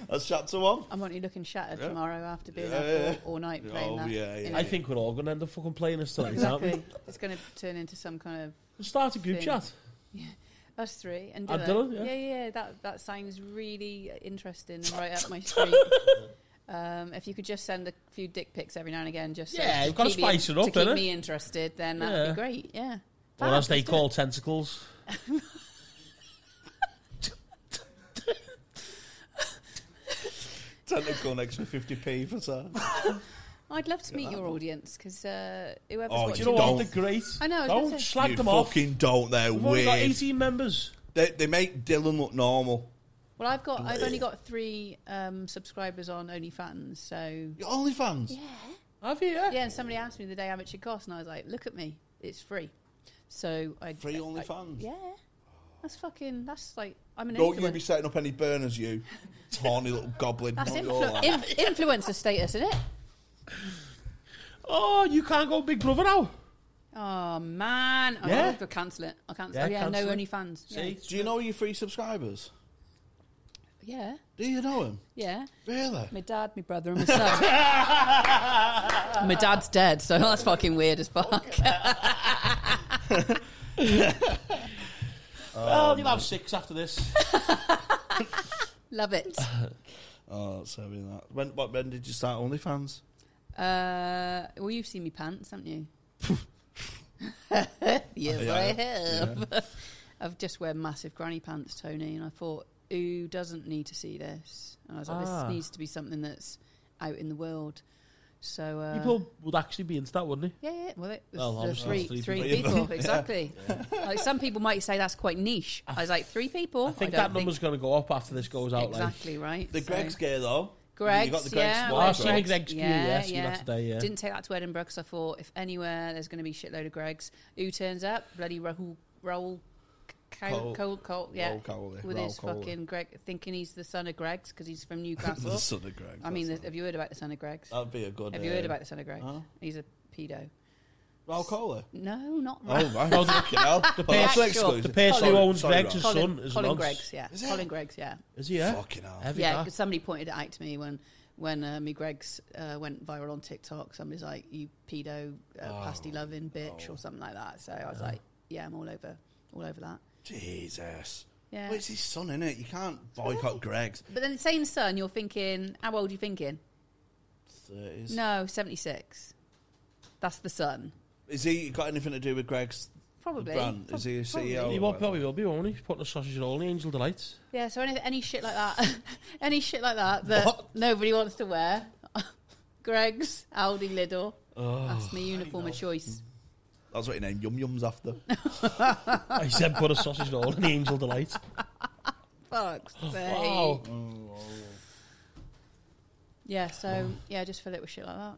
That's chapter one. I'm only looking shattered tomorrow after being Yeah, up yeah, yeah. All, all night playing Oh, that. yeah, yeah. in I it. think we're all going to end up fucking playing this tonight, aren't exactly. we? it's going to turn into some kind of We'll start a group Thing. chat. us three and Uh, Dylan. Dylan, yeah. yeah, yeah, that that sounds really interesting and right up my street. Um, if you could just send a few dick pics every now and again, just so- Yeah, to you've gotta keep spice me, it up, to keep innit? me interested. Then that'd Yeah. be great. Yeah, Or Fab, as they let's do call tentacles. Tentacle next for fifty p for that. it. I'd love to meet your audience because uh, whoever's Oh, watching, Do you know what? Don't. They're great. I know, I was gonna Don't say. slag you them off. fucking don't. They're We've only got weird. 18 members. They, they make Dylan look normal. well, I've got I've only got three um, subscribers on OnlyFans, so Your OnlyFans. Have you? Yeah. yeah. And somebody asked me the day how much it cost, and I was like, "Look at me, it's free." So I Free I- OnlyFans? yeah, that's fucking. That's like I'm an Don't you influencer. be setting up any burners, you tawny little goblin. That's Not influ- your lad. inf- influencer status, isn't it? Oh, you can't go Big Brother now. Oh man, oh, Yeah. I'll have to cancel it. I'll cancel. Yeah, it. yeah, cancel no it. OnlyFans. See? Do you know your free subscribers? Yeah, Do you know them? yeah. Really? My dad, my brother, and my son. my dad's dead, so that's fucking weird as fuck. Oh, well, Oh, you'll have six after this. Love it. Oh, that's heavy. That. When, what, when did you start OnlyFans? Uh, well, you've seen me pants, haven't you? yes, Yeah, I I have. I've just wear massive granny pants, Tony, and I thought, who doesn't need to see this? And I was like, Ah. this needs to be something that's out in the world. So uh, People would actually be into that, wouldn't Yeah, yeah. Well, it was Well, the obviously three, it's three three, people. people, exactly. Like some people might say that's quite niche. I was like, three people. I they? I think don't that number's going to go up after this goes out. exactly right. The so- Greg's gear, though. Greg's, You got the Greg's yeah. one, Well, right? I've seen the Greg's queue, yeah, seen that today, yeah. Didn't take that to Edinburgh because I thought if anywhere there's going to be a shitload of Greg's, who turns up? Bloody Rahul, Raoul, Cole. Cole, Cole, Cole, yeah, Raoul Cowley, with Raoul his Cowley. fucking Greg, thinking he's the son of Greg's because he's from Newcastle. The son of Greg. I mean, that's- have you heard about the son of Greg's? that'd be a good. Have you uh, heard about the son of Greg's? no. He's a pedo. Raoul Cola? No, not Oh, Raoul. right. oh, fucking hell. The well, that's person- exclusive. The person who Sorry, owns sorry, Greg's Raoul. is- Colin, son is Colin nonce. Greggs, yeah. Is it? Colin Greggs, yeah. Is he? Yeah. Fucking hell. Heavy Yeah, that. because somebody pointed it out to me when when uh, me Greg's uh, went viral on TikTok. Somebody's like, "You pedo, uh, Oh. pasty loving bitch," or something like that. So I was like, "Yeah, I'm all over, all over that." Jesus. Yeah. Well, it's his son, is it? You can't boycott Greg's. But then saying son, you're thinking, how old are you thinking? 30s. No, 76. That's the son, Is he got anything to do with Greg's probably. brand? Is he a CEO? Probably. He or will, whatever? probably will be, won't he? He's putting a sausage roll in the Angel Delights. Yeah, so any, any shit like that, any shit like that that What? nobody wants to wear, Greg's, Aldi, Lidl. Oh. that's my uniform of choice. That's what he named Yum Yums after. I said put a sausage roll in the Angel Delights. Fuck's Oh, sake. Wow. Oh, Yeah, so Oh. yeah, just fill it with shit like that.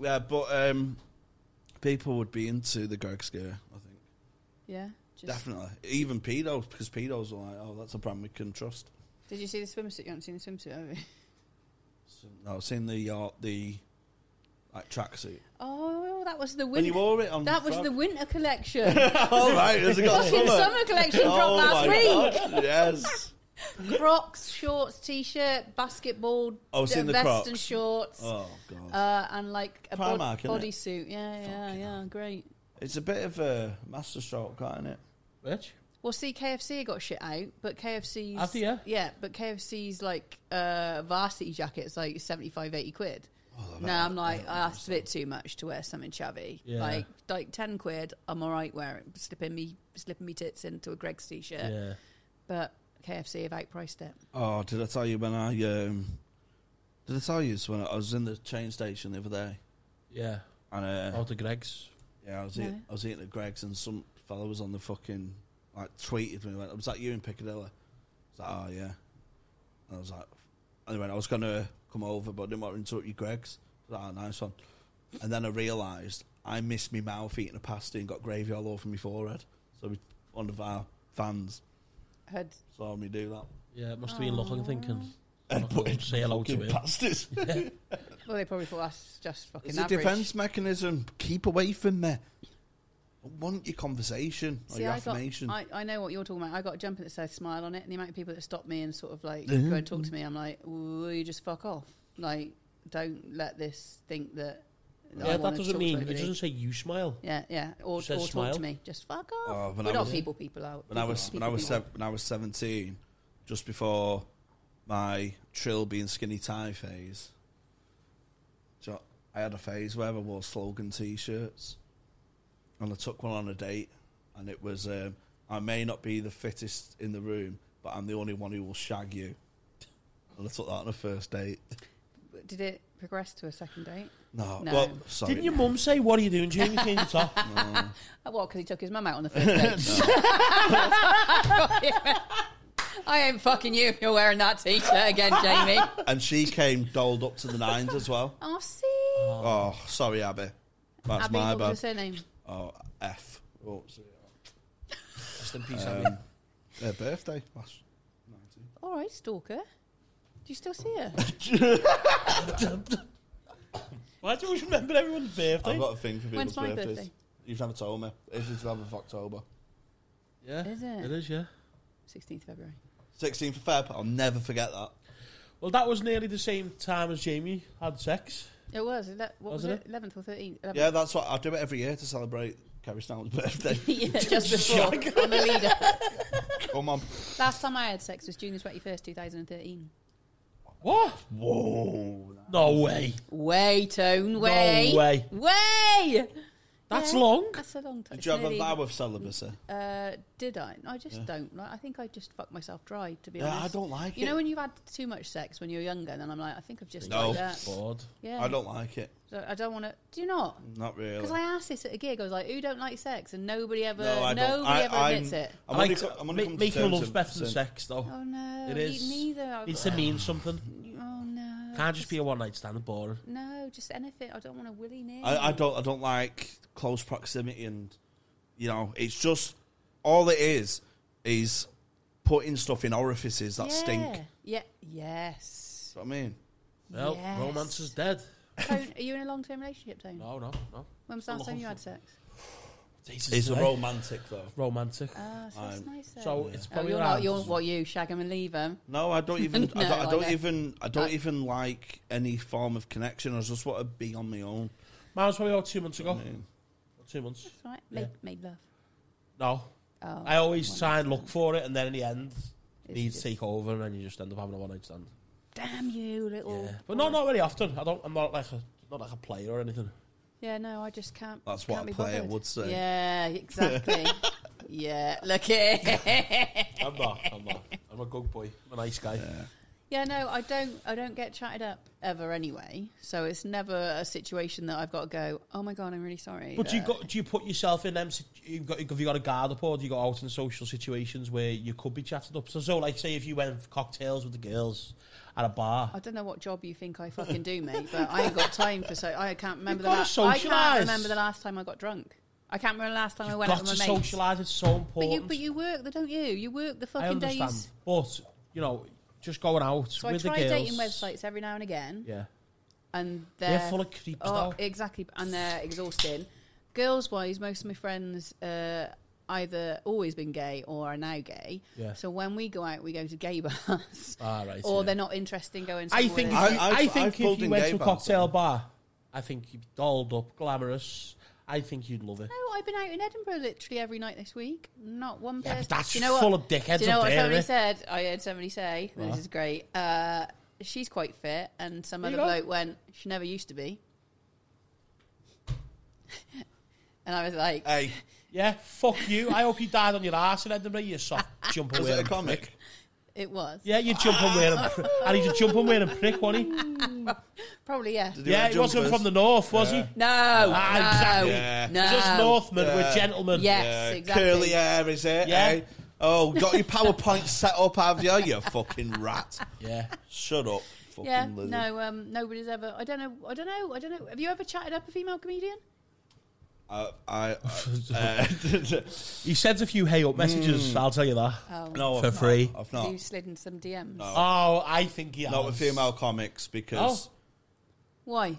yeah, but um, people would be into the Greg's gear, I think. Yeah. Just, Definitely. Even pedos, because pedos are like, oh, that's a brand we can trust. Did you see the swimsuit? You haven't seen the swimsuit, have you? So, no, I've seen the, uh, the like, tracksuit. Oh, that was the When winter. you wore it on Oh, that was Frog- the winter collection. Fucking All right, has it got summer? summer collection dropped last week. Oh God, yes. Crocs, shorts, t-shirt, basketball, Oh, I've d- seen the vest Crocs. and shorts, Oh god. uh, and like a bod- Primark, innit? bodysuit. Yeah, yeah, yeah. Great. it's a bit of a master stroke, can't it? Rich? Well, see, KFC got shit out, but KFC's Have they, yeah? yeah, but KFC's like uh, varsity jacket's like 75, 80 quid. no, I'm like, ah, that's a bit too much to wear something chubby. Yeah. Like, like ten quid, I'm all right wearing slipping me slipping me tits into a Greg's t-shirt. Yeah. But KFC have outpriced it. Oh, did I tell you when I um did I tell you this when I was in the train station the other day Yeah. and Oh. uh, Out of Greg's. yeah, I was eating, No. I was eating at Greg's and some fella was on the fucking like tweeted me went, was that you in Piccadilly? I was like, oh yeah. And I was like, and they went, I was gonna come over but I didn't want to interrupt you, Greg's. I was like, oh, nice one. And then I realised I missed my mouth eating a pasty and got gravy all over my forehead. So we, one of our fans Heard saw me do that. Yeah, it must have been looking, thinking. and put it say hello to fucking him. past us. Well, they probably thought that's just fucking It's a average. defense mechanism. Keep away from me. I want your conversation or See, your I, got, affirmation. I, I know what you're talking about. I got a jumper that says smile on it, and the amount of people that stop me and sort of like go and talk to me, I'm like, will you just fuck off? Like, don't let this think that. I yeah, wanna that talk doesn't to mean it everybody. doesn't say you smile. Yeah, yeah. Or, or says talk smile. to me. Just fuck off. Oh, when We're I not was- people, people out. when I People, was when people, I was people. sev when I was seventeen, just before my trill being skinny tie phase, do you know- I had a phase where I wore slogan T-shirts, and I took one on a date, and it was um, I may not be the fittest in the room, but I'm the only one who will shag you. And I took that on a first date. Did it progress to a second date? No, No. well, sorry. Didn't your mum say, "What are you doing, Jamie? Change your top." Oh, well, because he took his mum out on the first date. I ain't fucking you if you're wearing that t-shirt again, Jamie. and she came dolled up to the nines as well. Oh, see. Oh, sorry, Abby. That's Abby, my what was bad. her surname? Oh, F. Um, Oh, sorry. Rest in peace, Abby. Their birthday. Last All right, stalker. Do you still see her? Why do you always remember everyone's birthday? I've got a thing for people's When's my birthdays. birthday? You've never told me. It's the 12th of October. yeah, Is it? It is. Yeah. 16th February. 16th of Feb. I'll never forget that. Well, that was nearly the same time as Jamie had sex. It was. ele- What was, Wasn't it? 11th or 13th? 11th. Yeah, that's what I do it every year to celebrate Carrie Snow's birthday. Yeah, just before. I'm a leader. Come on. Last time I had sex was June the 21st, 2013. What? Whoa. No way. Way, Tone, way. way. Way! That's Yeah, long. That's a long time. Did you have a Nearly- vow of celibacy? Uh, did I? No, I just don't. Like, I think I just fucked myself dry, to be Yeah, honest. I don't like You it. know when you've had too much sex when you're younger, and then I'm like, I think I've just No. tried that. Bored. Yeah. I don't like it. So I don't want to. Do you not? Not really. Because I asked this at a gig. I was like, "Who don't like sex?" And nobody ever, no, I don't. nobody I, ever I'm, admits it. I'm I like only, co- I'm only ma- come to making terms love's with better than sin. seat. sex, though. Oh no, It me is. neither. I- Needs to mean something. oh no, Can't just be a one night stand and boring. no, just anything. I don't want a willy nilly. I, I don't I don't like close proximity and you know it's just all it is is putting stuff in orifices that yeah. stink. Yeah. Yes. That's what I mean. Well, Yes. romance is dead. Tone, are you in a long-term relationship, Tone? No, no, no. When was the last time you had sex? Jesus, It's eh? romantic though. romantic. Ah, so that's nice. then. so it's oh, probably you're around- not. You're what? You shag 'em and leave 'em. No, I don't even. I No, don't, I I don't know. even. I don't I- even like any form of connection. I just want to be on my own. Mine was probably about two months ago. Mm. Two months. That's right. Made, made love. No. Oh, I always one try night and look for it, and then in the end, It's needs just- take over, and then you just end up having a one night stand. Damn you, little. Yeah, but not not very often. I don't. I'm not like a not like a player or anything. Yeah, no, I just can't. That's can't what a be player bothered. would say. Yeah, exactly. yeah, look at it. I'm not. I'm not. I'm a good boy. I'm a nice guy. yeah, no, I don't. I don't get chatted up ever anyway. So it's never a situation that I've got to go. Oh my god, I'm really sorry. But do you that-" got? Do you put yourself in them? sit- You've got. Have you got a guard up, or do you go out in social situations where you could be chatted up? So, so like, say if you went for cocktails with the girls at a bar. I don't know what job you think I fucking do, mate. But I ain't got time for so. I can't remember the gotta last. I socialise. can't remember the last time I got drunk. I can't remember the last time I You've went out got with to my mates. socialise. It's so But you, important. but you work, though, don't you? You work the I fucking understand, days. but you know, just going out So with I try the girls. dating websites every now and again. Yeah. and They're they're, full of creeps, Oh, though. exactly, and they're exhausting. Girls wise, most of my friends uh, either always been gay or are now gay. Yeah. So when we go out, we go to gay bars, Ah, right, or yeah. they're not interested in going. I somewhere think where I- if you, I've- I I've think pulled if you in went gay to a bars, cocktail though. bar, I think you'd be dolled up, glamorous. I think you'd love it. No, Oh, I've been out in Edinburgh literally every night this week. Not one Yeah, person. but that's Do you know full what? of dickheads Do you know up what there, somebody innit? said? I heard somebody say, "This is great." Uh, she's quite fit, and some There other you go. bloke went, "She never used to be." and I was like, Hey, Yeah, fuck you. I hope you died on your ass in Edinburgh, you soft jumper was it a wearing comic? prick. "It was Yeah, you jump on wearing prick. And he's a jump on wearing prick, wasn't he? probably yeah." Did Yeah, wear he wasn't jumpers? from the north, was he? No, Ah, no, exactly. Yeah. no. Just northmen, we're Yeah. gentlemen. Yes, Yeah, exactly. Uh, Curly hair, is it? Yeah. eh? Oh, got your PowerPoint set up, have you? You fucking rat. Yeah. Shut up, fucking Yeah, lizard. no, um, nobody's ever. I don't know. I don't know. I don't know. Have you ever chatted up a female comedian? I, I, I uh, He sends a few hey up messages. Hmm. I'll tell you that Oh, no, I've for not. free. I've Have not. you slid in some DMs? Oh, I think he has. Oh, Not with female comics because Why?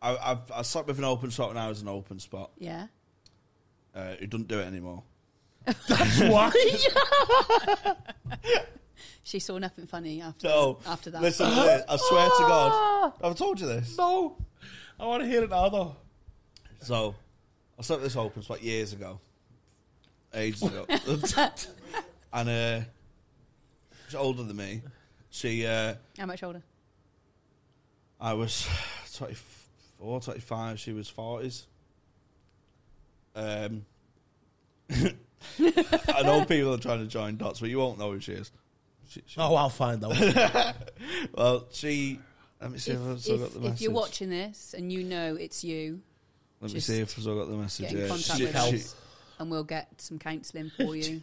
I, I've I slept with an open spot when I was an open spot. Yeah. Uh, who doesn't do it anymore? Why? She saw nothing funny after No. after that. Ah! Listen to this. I swear to God. I've told you this. no, I want to hear it now though. So, I slept with this open spot years ago, ages ago, and uh, she's older than me. She, uh, How much older? I was 24, 25, She was forties. Um, I know people are trying to join dots, but you won't know who she is. She, she, Oh, I'll find out. Well, she. Let me see if, I've If, still got if, the if message. you're watching this and you know it's you, Let me just see if I've still got the message. get in Yeah, contact she- with she- us and we'll get some counselling for you.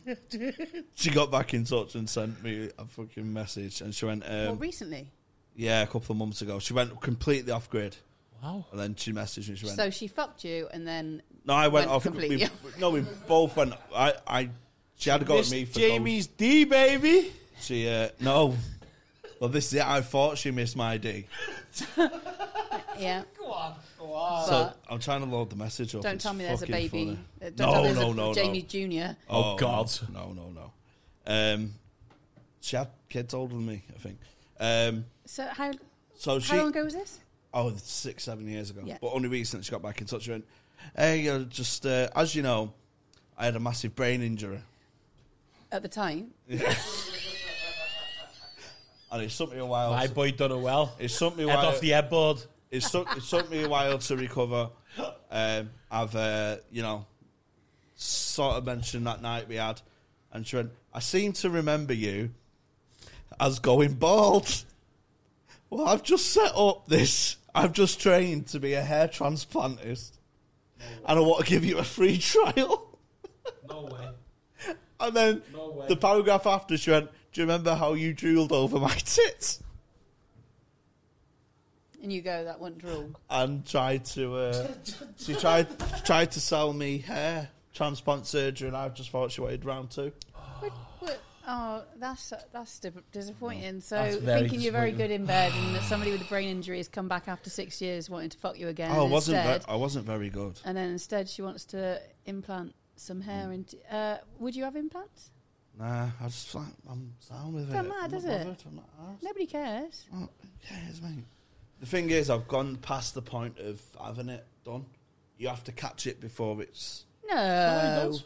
she got back in touch and sent me a fucking message, and she went, well, um, recently. "Yeah, a couple of months ago." She went completely off grid, wow. and then she messaged me. She went, So she fucked you and then "No, I went, went off. completely We, off. no, we both went. I, I, she had to go at me for Jamie's D baby. Those. She, uh, no. Well, this is it. I thought she missed my D, yeah. Go on, go on. so but I'm trying to load the message up. Oh. don't It's tell me there's a fucking baby. funny. uh, Don't no, tell me there's no, a no, Jamie no. Junior. Oh, God. No, no, no. Um, she had kids older than me, I think. Um, So how how so she. long ago was this? Oh, six, seven years ago. Yeah. But only recently she got back in touch. She went, hey, uh, just uh, as you know, I had a massive brain injury. At the time, And it took me a while. My to, boy done it well. it's took me a Head while. off the headboard. it, took, it took me a while to recover. Um, I've, uh, you know, sort of mentioned that night we had. And she went, I seem to remember you as going bald. Well, I've just set up this. I've just trained to be a hair transplantist. And I want to give you a free trial. No way. And then No way. the paragraph after she went, Do you remember how you drooled over my tits? and you go that won't drool. And tried to uh, she tried tried to sell me hair transplant surgery and I just thought she wanted round two. But- Oh, that's that's di- disappointing. So That's very thinking you're very good disappointing. in bed, and that somebody with a brain injury has come back after six years wanting to fuck you again. Oh, I and wasn't instead, ve- I wasn't very good. and then instead she wants to implant some hair. Mm. Into, uh, would you have implants? Nah, I just like I'm down with Don't it. matter, I'm does not it? bothered, I'm not arsed. Nobody cares. Oh, yeah, it's mate. The thing is I've gone past the point of having it done. You have to catch it before it's Oh, No, don't.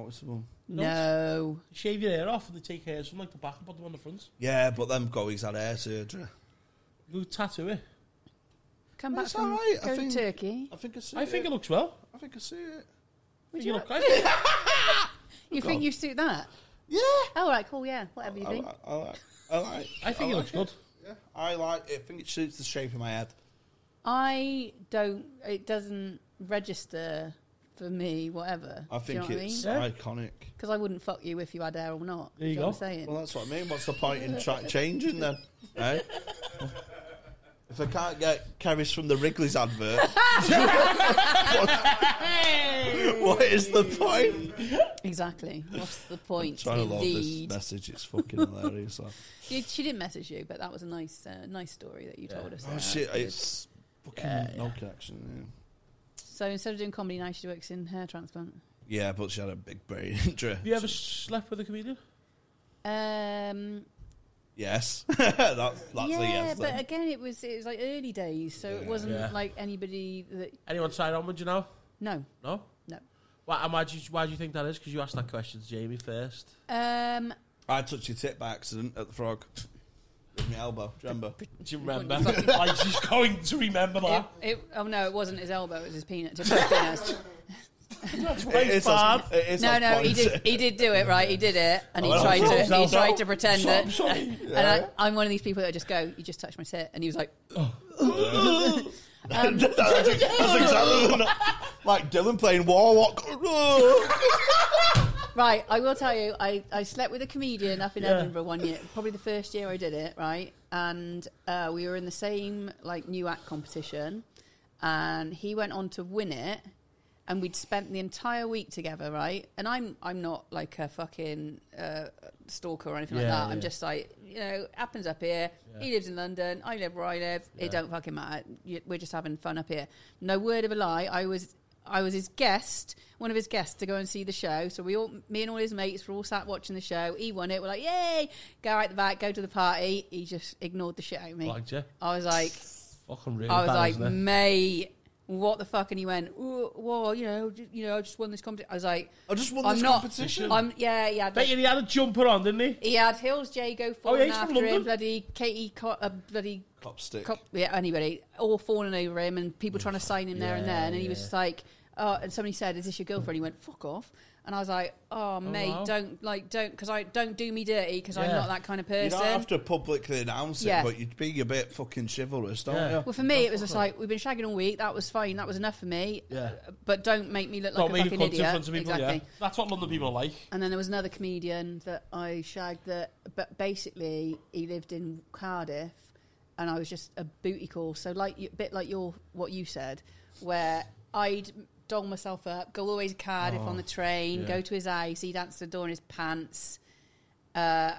noticeable. no. Shave your hair off and they take hairs from like the back and put them on the front. Yeah, but them goies had hair surgery. You tattoo eh? it. Come back It's from all right, I go think- to Turkey. I think I see I think it looks well. I think I see it. Would you you? look, I think, You think you suit that? Yeah. Oh, all right, cool. Yeah, whatever you I, think. like- I like. I like. I think it looks good. Yeah, I like. It. I think it suits the shape of my head. I don't. It doesn't register for me. Whatever. I think Do you know it's What I mean? iconic. Because I wouldn't fuck you if you had hair or not. There you do know go. What I'm saying. Well, that's what I mean. What's the point in tra- changing then? Eh? If I can't get Kerris from the Wrigley's advert, what- what is the point? exactly. What's the point? Trying to load this Indeed. message, it's fucking hilarious. like. You- she didn't message you, but that was a nice, uh, nice story that you told us. Oh there. shit! That's good. It's fucking no connection. So instead of doing comedy now, she works in hair transplant. Yeah. yeah, but she had a big brain injury. Have you ever slept with a comedian? Um, Yes, that's that's a yeah, yes. but then. again, it was it was like early days, so it wasn't Yeah. like anybody that Anyone tried on with you now? no No. no. Why, and why, do you, why do you think that is? Because you asked that question to Jamie first. Um, I touched your tit by accident at the frog with my elbow. Do you remember? Do you remember? remember? like she's going to remember it, that. it, oh no, it wasn't his elbow; it was his peanut. Just his penis. That's It is bad. as- it is No, as no, he pointed. did. He did do it right. He did it, and he Oh, Well, tried I'm to. sorry, He Zelda. tried to pretend So- it. so- And yeah. I, I'm one of these people that just go, "You just touched my tit," and he was like, Um, That's exactly what- like Dylan playing Warlock. "Right, I will tell you, I, I slept with a comedian up in Yeah. Edinburgh one year, probably the first year I did it, right? And uh, we were in the same like new act competition, and he went on to win it, and we'd spent the entire week together, right? And I'm I'm not like a fucking uh, stalker or anything like Yeah, that. I'm yeah. just like you know, happens up here. He lives in London. I live where I live. It don't fucking matter. You- We're just having fun up here. No word of a lie. I was. I was his guest, one of his guests, to go and see the show. So we all, me and all his mates, were all sat watching the show. He won it. We're like, yay! Go out the back, go to the party. He just ignored the shit out of me. Blagged you. I was like, Fucking really I was bad, like, "Mm." isn't it? mate, what the fuck? And he went, "Ooh, whoa, you know, j- you know, I just won this competition. I was like, I just won I'm this not, competition. I'm yeah, yeah. Bet you he had a jumper on, didn't he? he had Hills J go yeah, falling he's from after London. him, bloody Katie, Co- uh, bloody Copstick. cop, yeah, anybody, all falling over him, and people trying to sign him there and there, and he was yeah. just like, oh, and somebody said, "Is this your girlfriend?" He went, "Fuck off." And I was like, "Oh, mate, wow. don't like, don't, because I don't do me dirty, because I'm Yeah. not that kind of person." You don't have to publicly announce Yeah. it, but you'd be a bit fucking chivalrous, don't Yeah. you? Well, for me, it was just like we've been shagging all week. That was fine. That was enough for me. Yeah. But don't make me look Don't like make a a fucking cunt idiot. in front of people, exactly. yeah. That's what London people are like. And then there was another comedian that I shagged that, but basically he lived in Cardiff, and I was just a booty call. So like a bit like your what you said, where I'd doll myself up, go always to Cardiff on the train, yeah. go to his house, he'd answer the door in his pants, uh,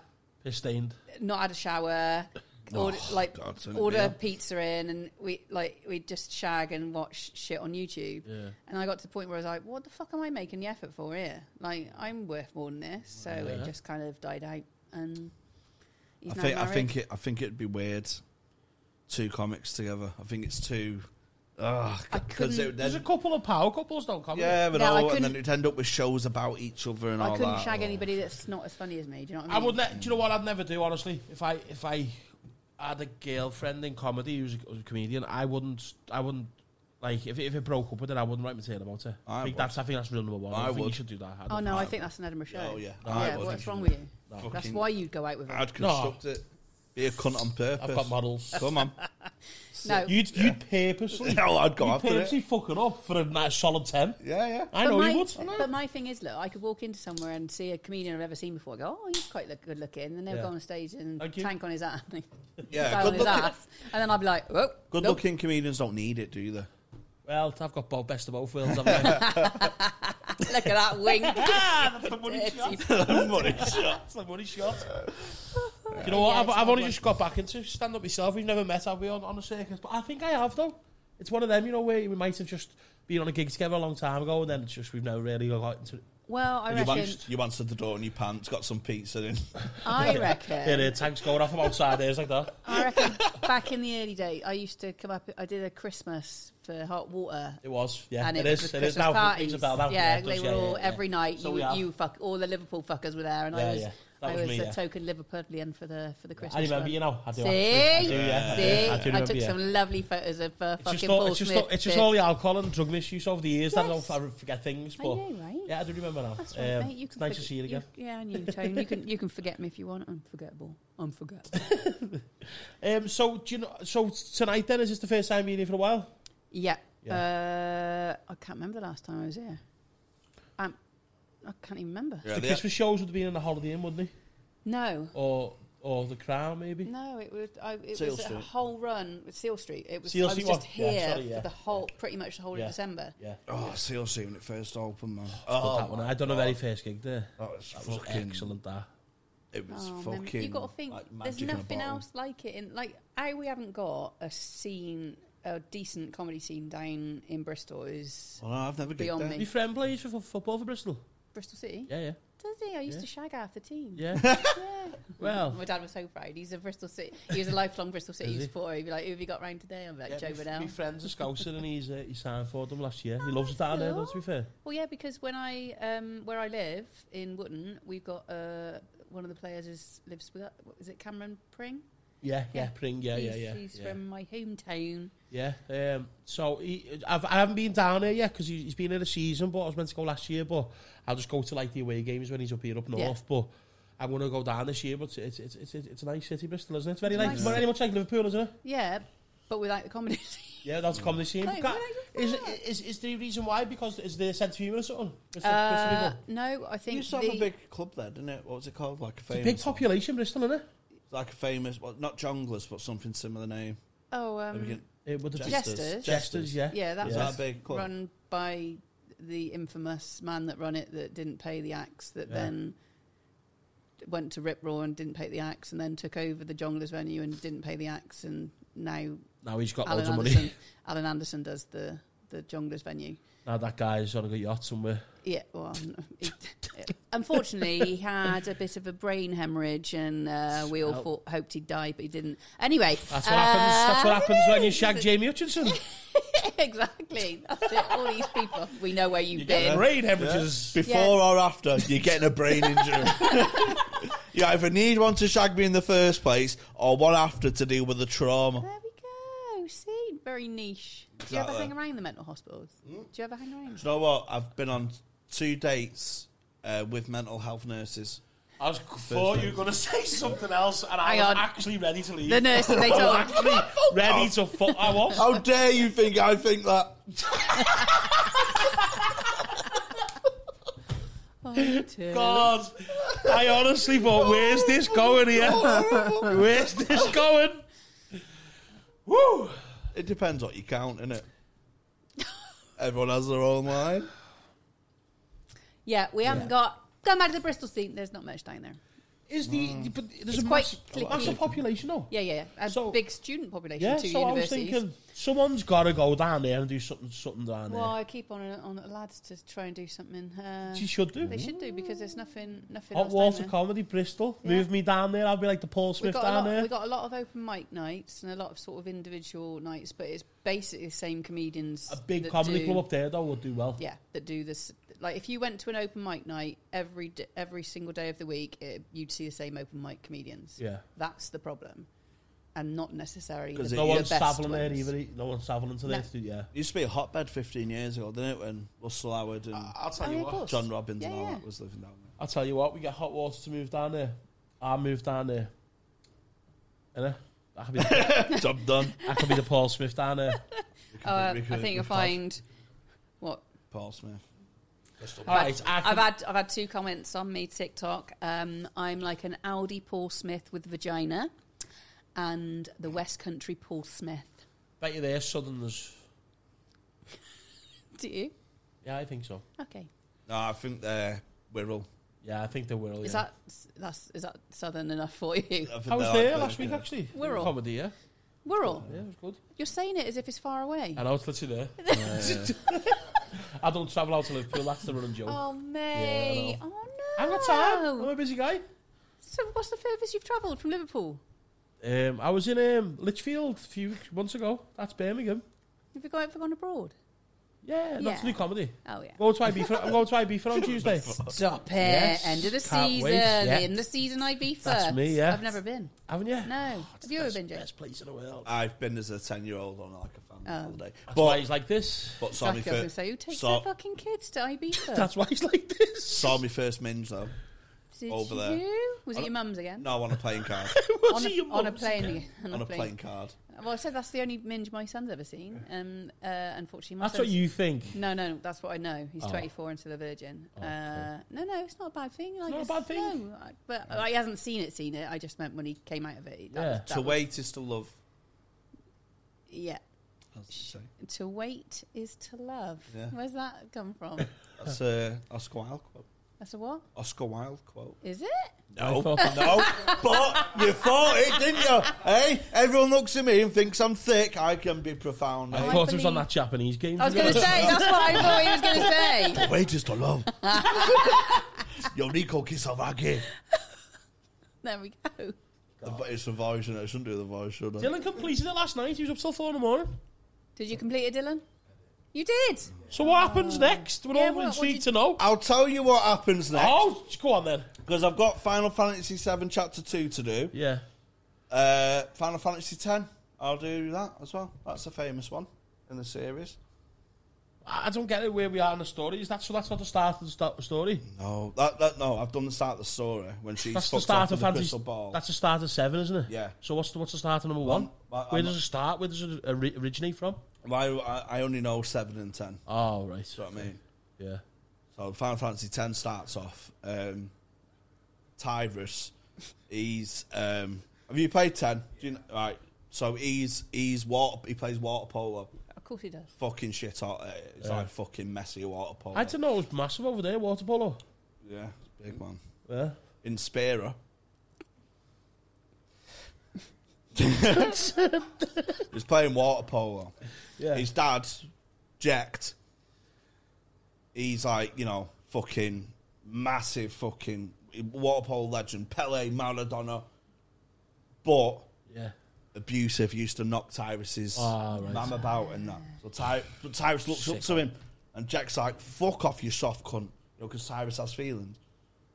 Piss stained. not had a shower, order, like God, it's only order me. a pizza in, and we like we just shag and watch shit on YouTube. Yeah. And I got to the point where I was like, "What the fuck am I making the effort for here? Like, I'm worth more than this." So Yeah. it just kind of died out, and he's I now think I married. think it I think it'd be weird. Two comics together. I think it's too. Ugh, I because couldn't- it There's a then, couple of power couples don't come. yeah, but No, I all, and then couldn't- it'd end up with shows about each other and I all couldn't that. shag anybody that's not as funny as me. Do you know what I I mean? would let. Do you know what I'd never do? Honestly, if I if I had a girlfriend in comedy who was a, who was a comedian, I wouldn't. I wouldn't like if it- if it broke up with her, I wouldn't write material about her. I, I think would. that's I think that's real number one. I, I don't think would. you should do that. I Oh don't- no, I think that's an Edinburgh show. Oh, yeah. I yeah. would. What's wrong with you? That's Fucking- why you'd go out with her. I'd construct it. Be a cunt on purpose. I've got models. Come on. No, You'd you'd purposely. Hell, I'd go you'd after it. purposely fuck her up for a nice solid ten. Yeah, yeah. I But know my, you would. But my thing is, look, I could walk into somewhere and see a comedian I've ever seen before. go, oh, he's quite look, good looking. And they'll Yeah. go on stage and Thank you. tank on his ass. Yeah, Dial on good, his looking, ass. And then I'd be like, oh, good nope. looking comedians don't need it, do they? Well, I've got both best of both worlds. haven't I? Look at that wink. ah, that's the money shot. money shot. That's the money shot. Do you know what? Yeah, I've, it's I've not only one. just got back into stand up myself. We've never met, have we, on, on a circus? But I think I have though. It's one of them, you know, where we might have just been on a gig together a long time ago, and then it's just we've never really got into. well, I You, reckon. ans- you answered the door in your pants, got some pizza in. I Yeah, reckon. the tanks going off from outside there, it's like that. I reckon back in the early day, I used to come up. I did a Christmas for hot water. It was, yeah, and it was is, the it is Christmas now. It Parties. rings a bell now. yeah, it they does, were all yeah, yeah. every night. So we you, have. you fuck all the Liverpool fuckers were there, and I Yeah, was yeah. That I was was, me, a yeah. token Liverpudlian for the for the Christmas. I remember one. you know. I do. See? actually. I do, yeah. See, I, do I, remember, took yeah. some lovely photos of uh, It's fucking just, Paul all, it's, just Smith. all, it's just all the alcohol and drug misuse over the years that I Yes. don't I forget things. I But know, right? yeah, I do remember now. That's right, um, mate. You it's can nice forget- to see you again. You, yeah, and you, Tone. You can you can forget me if you want. I'm forgettable. I'm forgettable. Um, so do you know? So tonight then is this the first time you're here for a while? yeah. Uh, I can't remember the last time I was here. Um, I can't even remember. Yeah, the they- Christmas shows would have been in the Holiday Inn, wouldn't they? No. Or or the Crown maybe? No, it was I, it Seal was a Street. whole run with Seal Street. It was Seal I was Street just one. Yeah, here sorry, yeah. for the whole, pretty much the whole Yeah. of December. Yeah. Oh, Seal Sea when it first opened, man. But Oh, that one, I done a very first gig there. that was That was fucking excellent. That It was Oh, man, fucking. you got to think like there's magic in a nothing bottle. else like it. In like, how we haven't got a scene, a decent comedy scene down in Bristol is Well, no, I've never Beyond gigged there. my me. friend plays for, for football for Bristol. Bristol City. Yeah, yeah, Does he? I used Yeah. to shag half the team. yeah. Yeah. well, My dad was so proud. He's a Bristol City. He was a lifelong Bristol City Is he? supporter. He'd be like, "Who have you got round today?" I'm like, yeah, "Joe my- Bernal." My friend's a scouser and he's uh, he signed for them last year. He loves it down there. Though, to be fair, Well, yeah, because when I um, where I live in Wootton, we've got uh, one of the players is lives with. what Is it Cameron Pring? yeah, yeah, Yeah. Pring, yeah, he's, yeah, yeah. He's yeah. from my hometown. Yeah. Um, so he, I've, I haven't been down there yet because he, he's been in a season, but I was meant to go last year, but I'll just go to like the away games when he's up here up north. Yeah. But I'm going to go down this year, but it's it's, it's, it's, it's a nice city, Bristol, isn't it? It's very It's like, nice. very much like Liverpool, isn't it? Yeah, but without the comedy. Yeah, that's a comedy scene. Like, Ca- like is, that. is, is the reason why? Because is there a sense of humour or something? Bristol, Bristol uh, people? no, I You think used to the, have a big club there, didn't it? What was it called? Like a It's a famous. big population, Bristol, isn't it? Like a famous, well, not jonglers, but something similar name. oh Maybe we um, can- It would have Jesters. Jesters. Jesters, yeah. yeah, that Is was that a big club? run by the infamous man that run it that didn't pay the axe that then went to Rip Raw and didn't pay the axe and then took over the Jonglers venue and didn't pay the axe and now Now he's got Alan loads of Anderson money. Alan Anderson does the the Jonglers venue. now that guy's on a yacht somewhere. Yeah, well, n- he- unfortunately, he had a bit of a brain hemorrhage, and uh, we all thought, hoped he'd die, but he didn't. Anyway, uh, That's what happens. That's what happens when you shag Jamie Hutchinson. exactly. That's it. All these people, we know where you've been. Brain hemorrhages. Before Yeah. or after, you're getting a brain injury. you either need one to shag me in the first place or one after to deal with the trauma. There we go. See, very niche. Do you ever Exactly. hang around the mental hospitals? Hmm? Do you ever hang around? Do you know what? I've been on two dates uh, with mental health nurses. I was thought you were gonna say something else, and Hang was on. actually ready to leave. The nurse, they told. ready to fuck. I was. oh How dare you think I think that? Oh, dear. God, I honestly thought, where's this going here? Where's this going? Woo! It depends what you count, innit? Everyone has their own line. Yeah, we haven't got. Go back to the Bristol scene. There's not much down there. Is the, the but there's It's a quite massive, clicky. massive population though? Yeah, yeah, yeah. A So- big student population Yeah, too. so I was universities. thinking someone's got to go down there and do something, something down Well, I keep on on at lads to try and do something. Uh, there. She should do. they should do because there's nothing, nothing. Hot else water down there. comedy, Bristol. Yeah. Move me down there. I'll be like the Paul We Smith got a down lot. there. We got a lot of open mic nights and a lot of sort of individual nights, but it's basically the same comedians. A big that comedy do- club up there though would do well. Yeah, that do this. Like if you went to an open mic night every d- every single day of the week, it, you'd see the same open mic comedians. Yeah. That's the problem, and not necessarily the, 'Cause No the one's best travelling there ones. either. eh? No one's travelling to there. No. to do- Yeah. It used to be a hotbed 15 years ago, didn't it? When Russell Howard and I'll Oh, tell yeah, of course. John Robbins and Yeah, all yeah. that was living down there. I'll tell you what. We get hot water to move down there. I move down there. Innit? That could be the, Job done. that could be the Paul Smith down there. Oh, Uh, We could- I think you'll we could- find what Paul Smith. All right. I I've can- had I've had two comments on me TikTok. Um, I'm like an Aldi Paul Smith with vagina, and the West Country Paul Smith. bet you there. Southerners. Do you? Yeah, I think so. Okay. No, I think they're Wirral. Yeah, I think they will. Is Oh, yeah. Uh, that that's is that southern enough for you? I, think I was they're there like- last they're- week actually. We're all- comedy. Yeah, We're all. yeah, it was good. You're saying it as if it's far away. I know it's literally there. I don't travel out to Liverpool. That's the running joke. Oh May. Yeah, I oh no. I've got time. I'm a busy guy. So what's the furthest you've travelled from Liverpool? Um, I was in um, Litchfield a few months ago. That's Birmingham. Have you gone ever gone abroad? Yeah, that's Yeah. new comedy. Oh yeah. Go to Ibiza. I'm going to Ibiza on Tuesday. Stop it. Yes, End of the can't season. wait. Yeah. In the season Ibiza. That's me, yeah. I've never been. Haven't you? No. Have you ever been, James? Best place in the world. I've been as a 10 year old on like a family Oh. holiday. That's why But, he's like this. but saw, me Exactly, I was fir- gonna say, who takes saw, their fucking kids to Ibiza? That's why he's like this. saw me first minge though. Did over you? there. Was it your mum's again? No, on a playing card. on, See a, your on a mum's plane. again. On, on a a plane. playing card. Well, I said that's the only minge my son's ever seen. Um, uh, unfortunately, my That's son's- what you think. No, no, that's what I know. He's Oh. 24 and still a virgin. Uh, no, no, it's not a bad thing. Like, not a bad thing. No, I- but I he hasn't seen it, seen it. I just meant when he came out of it. That Yeah. was, that to was- wait is to love, Yeah. as they say. To wait is to love. Yeah. Where's that come from? That's a Oscar Wilde quote. that's a what? Oscar Wilde quote. Is it? No, I thought that- no, but you thought it, didn't you? Hey, everyone looks at me and thinks I'm thick. I can be profound. I eh? I thought it was on believe- that Japanese game. I was going to say, that's what I thought he was going to say. Wait is to love. Yo, Nico Kisawagi. There we go. The, vo- it's the voice, and I shouldn't do the voice, should I? Dylan completed it last night. He was up till four in the morning. Did you complete it, Dylan? You did. So what happens next? We're Oh. Yeah, all what- what intrigued to did- know. I'll tell you what happens next Oh, go on then. because I've got Final Fantasy VII Chapter Two to do. Yeah. Uh, Final Fantasy X, I'll do that as well. That's a famous one in the series. I I don't get it where we are in the story. Is that so? That's not the start of the sto- story. No, that, that no, I've done the start of the story when she's That's the fucked start off of with the Fantasy. crystal ball. That's the start of seven, isn't it? Yeah. So what's the, what's the start of number one? well, where I'm does not- it start? Where does it ori- originate from? Why I, I only know seven and ten. Oh right. Do you know what I mean? Yeah. So Final Fantasy X starts off. Um, Tyrus, he's. Um, have you played ten? Do you know, right. So he's he's water. He plays water polo. Of course he does. Fucking shit hot. uh, It's like fucking messy water polo. I didn't know it was massive over there, water polo. yeah, it's big man. Yeah. In Spira. He's playing water polo. Yeah. His dad, Jacked. He's like, you know, fucking massive fucking water polo legend. Pele, Maradona. But yeah. abusive used to knock Tyrus's Ah, right. mum about and that. So Ty- but Tyrus looks up to him, and Jack's like, "Fuck off, you soft cunt," you know, because Tyrus has feelings.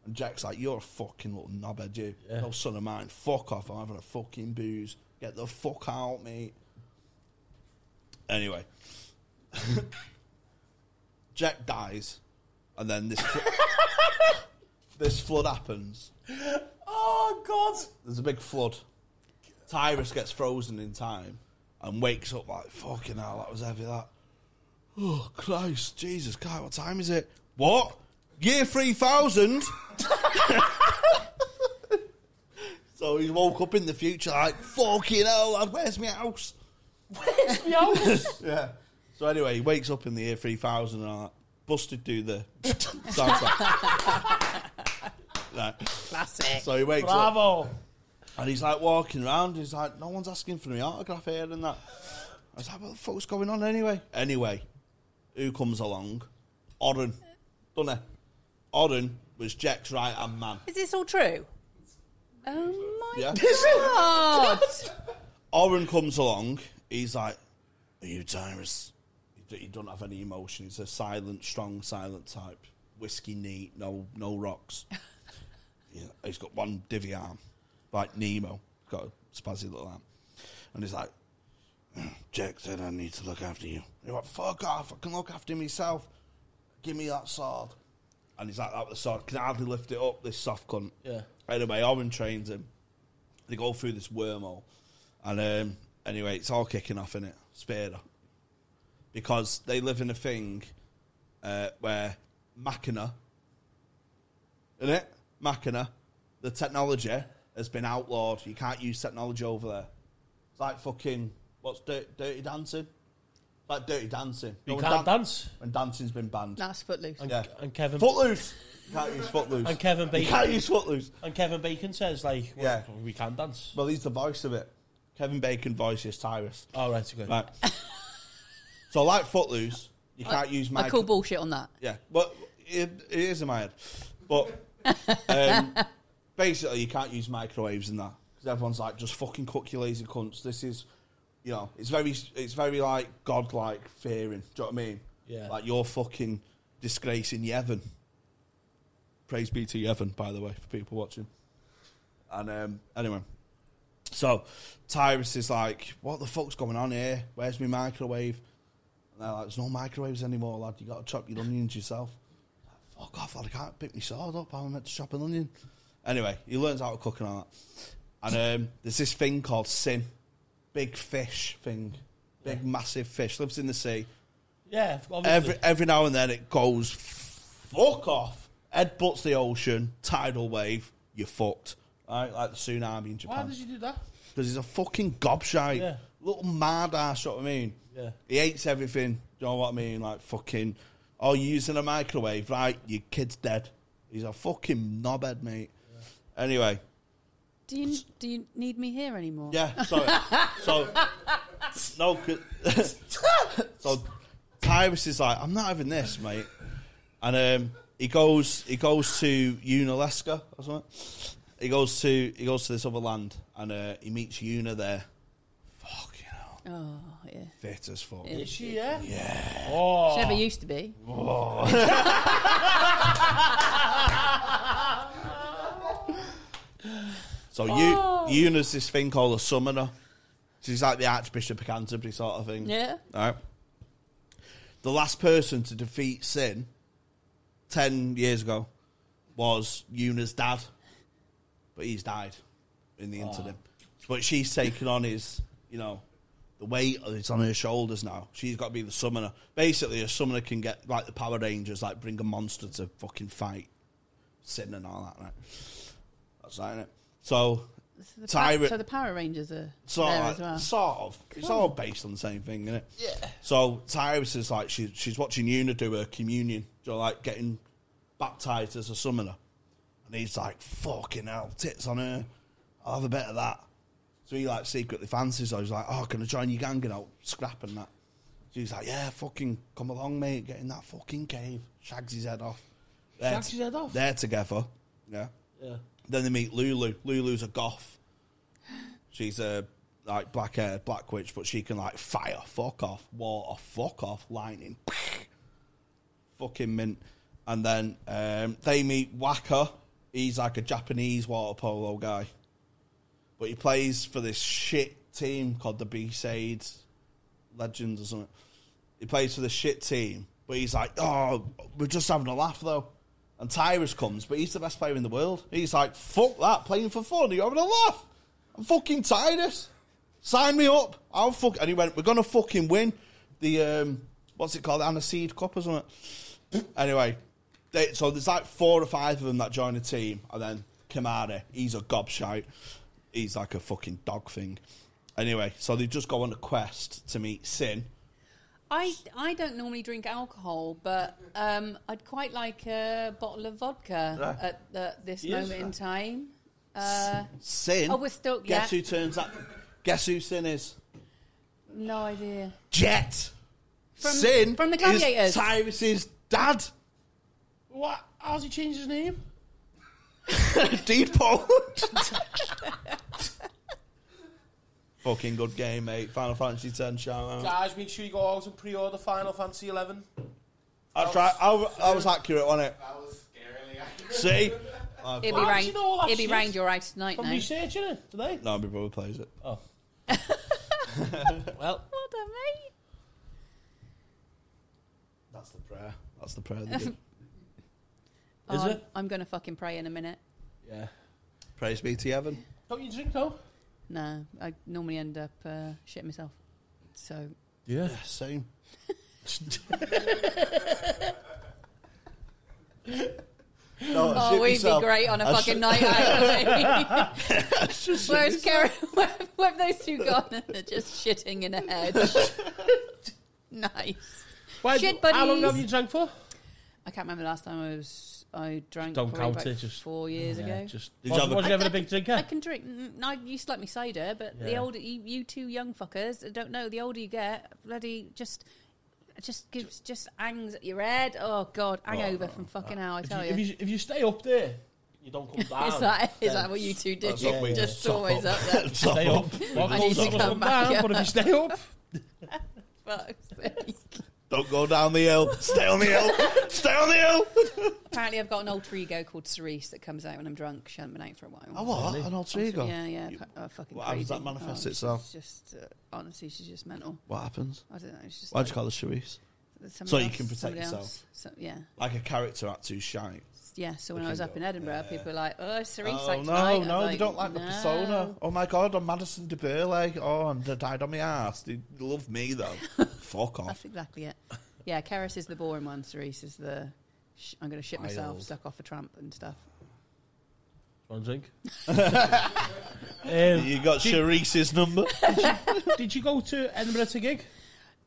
And Jack's like, "You're a fucking little knobhead, you. No son of mine. Fuck off. I'm having a fucking booze. Get the fuck out, mate." Anyway, Jack dies, and then this fl- this flood happens. Oh God. There's a big flood. Tyrus gets frozen in time and wakes up like, fucking hell, that was heavy, that. Oh, Christ, Jesus, God, what time is it? What? Year 3000? so he woke up in the future like, fucking hell, lad, where's my house? Yeah. So anyway, he wakes up in the year 3000 and like, busted through the soundtrack. Right. Classic. So he wakes up. Bravo. And he's like walking around. He's like, no one's asking for my autograph here and that. I was like, what the fuck's going on anyway? Anyway, who comes along? Oren. Done it. Oren was Jack's right hand man. Is this all true? Oh my Yeah. god! Oren comes along. He's like, are you Tyrus? He d- He don't have any emotion. He's a silent, strong, silent type. Whiskey neat, no, no rocks. Yeah, he's got one divvy arm, like Nemo. He's got a spazzy little arm, and he's like, "Hmm, "Jack said I need to look after you." You're like, "Fuck off! I can look after myself. Give me that sword." And he's like, "That with the sword can hardly lift it up. This soft cunt." Yeah. Anyway, Oren trains him. They go through this wormhole, and um, anyway, it's all kicking off in it. Spada, because they live in a thing uh, where Machina, in it, Machina, the technology has been outlawed. You can't use technology over there. It's like fucking what's dirty, dirty dancing? Like dirty dancing. You No, when can't dan- dance. when dancing's been banned. That's footloose. And, Yeah. and Kevin Footloose. You can't use footloose. and Kevin you Bacon can't use footloose. and Kevin Bacon says like, well, Yeah. we can dance. Well, he's the voice of it. Kevin Bacon voices Tyrus. All Oh, right, okay. Right. so, like Footloose, you can't use my I call bullshit on that. Yeah, but it, it is in my head. But um, basically, you can't use microwaves and that because everyone's like, just fucking cook your lazy cunts. This is, you know, it's very, it's very like godlike fearing. Do you know what I mean? Yeah. Like you're fucking disgracing Yevon. Praise be to Yevon, by the way, for people watching. And um, anyway, so Tyrus is like, "What the fuck's going on here? Where's my microwave?" And they're like, "There's no microwaves anymore, lad. You got to chop your onions yourself." Like, Fuck off, lad. I can't pick my sword up. I'm meant to chop an onion. Anyway, he learns how to cook and all that. And um, there's this thing called sin, big fish thing, big massive fish lives in the sea. Yeah. Obviously. Every every now and then it goes, "Fuck off!" Headbutts the ocean, tidal wave. You're fucked. All right, like the tsunami in Japan Why did you do that? because he's a fucking gobshite, Yeah. little mad ass. You know what I mean? Yeah. He hates everything. You know what I mean? Like fucking. Oh, you're using a microwave, right? Your kid's dead. He's a fucking knobhead, mate. Anyway, Do you do you need me here anymore? yeah. Sorry. so no. 'cause- so Tyrus is like, I'm not having this, mate. And um, he goes, he goes to Unalaska or something. He goes to he goes to this other land, and uh, he meets Una there. Fucking hell. Oh yeah. fit as fuck. Yeah. Is she? Yeah. She never used to be. So Oh. you Una's this thing called a summoner. She's like the Archbishop of Canterbury sort of thing. Yeah. All right. The last person to defeat Sin ten years ago was Una's dad, but he's died in the interim. But she's taken on his, you know, the weight it's on her shoulders now. She's got to be the summoner. Basically, a summoner can get like the Power Rangers, like bring a monster to fucking fight Sin and all that. Right? That's that, innit? So So the, Tyrant. so the Power Rangers are Sort there of, as well. sort of. It's all based on the same thing, isn't it? Yeah. So Tyrus is like she, she's watching Una do her communion, you know, like getting baptized as a summoner, and he's like, "Fucking hell, tits on her! I'll have a bit of that." So he like secretly fancies her. He's like, "Oh, can I join your gang and out scrapping that?" She's like, "Yeah, fucking come along, mate. Get in that fucking cave." Shags his head off. They're Shags his head off? They're together. Yeah. Yeah. Then they meet Lulu. Lulu's a goth. She's a like black haired black witch, but she can like fire, fuck off, water, fuck off, lightning, fucking mint. And then um, they meet Wacker. He's like a Japanese water polo guy, but he plays for this shit team called the B Sades Legends or something. He plays for the shit team, but he's like, oh, we're just having a laugh though. And Tyrus comes, but he's the best player in the world. He's like, fuck that, playing for fun. You're having a laugh. I'm fucking Tyrus. Sign me up. I'll fuck. And he went, we're gonna fucking win the um, what's it called, the Aniseed Cup or something. anyway, they, so there's like four or five of them that join the team, and then Kamara, he's a gobshite. He's like a fucking dog thing. Anyway, so they just go on a quest to meet Sin. I, I don't normally drink alcohol, but um, I'd quite like a bottle of vodka Yeah. at the, this Yes. moment in time. Uh, Sin. Oh, we're still- Guess yeah. who turns up? Guess who Sin is? no idea. Jet. From- Sin from the Gladiators. Is Tyrus's dad. What? How's he changed his name? Depot. Fucking good game, mate. Final Fantasy X shout out. Guys, make sure you go out and pre-order Final Fantasy 11. That's right. I, I was accurate on it. That was scarily accurate. See? It'd be, How does rain, he know all that it'd be shit? round your eyes tonight, I'm now. researching it today. No, my brother plays it. Oh. well, Well done, mate. That's the prayer. That's the prayer. They do. Is Oh, it? I'm going to fucking pray in a minute. yeah. Praise be to heaven. Don't you drink though? No, I normally end up uh, shitting myself. So Yeah. Yeah, same. No, Oh, shit we'd myself. be great on a I fucking shit- night out. Where's Karen? Where, where have those two gone? They're just shitting in a hedge. nice. Why, Shit How long buddies. have you drank for? I can't remember last time I was I drank Don't probably count about it, just- four years yeah, ago. Just, Did was, you have a- was you I- having I a big can- drink? I yeah? can drink. n- No, you used to like me cider, but the Yeah. older you, you two young fuckers, I don't know. The older you get, bloody just, it just gives just hangs at your head. Oh god, hangover from fucking hell, I If tell you, if, you. you, if you stay up there, you don't come down. Is that is then that what you two do? That's what we just do. always up there. Top Stay up. up. Well, I need to some of us come back down, up. but if you stay up, fuck's sake. Don't go down the hill. Stay on the hill. Stay on the hill. Apparently, I've got an alter ego called Cerise that comes out when I'm drunk. She hasn't been out for a while. Oh, what? An alter ego. Yeah, yeah. oh, fucking Well, how crazy. does Oh, that manifest she's itself? Just uh, honestly, she's just mental. What happens? I don't know. It's just Why'd you like call her Cherise? somebody So you else- can protect somebody yourself. else. So, yeah, Like a character act who's shy. yeah. So when I was can up go, in Edinburgh, yeah. people were like, "Oh, Cerise, Oh, like no, tonight." no, I'm they don't like the no. persona. Oh my god, I'm Madison de Burleigh. Oh, and I died on my ass. They love me though. Fuck off. That's exactly it. Yeah, Keras is the boring one. Cerise is the sh- I'm going to shit myself, Wild. stuck off a tramp and stuff. one drink. um, You got Cherise's number. did you go to Edinburgh to gig?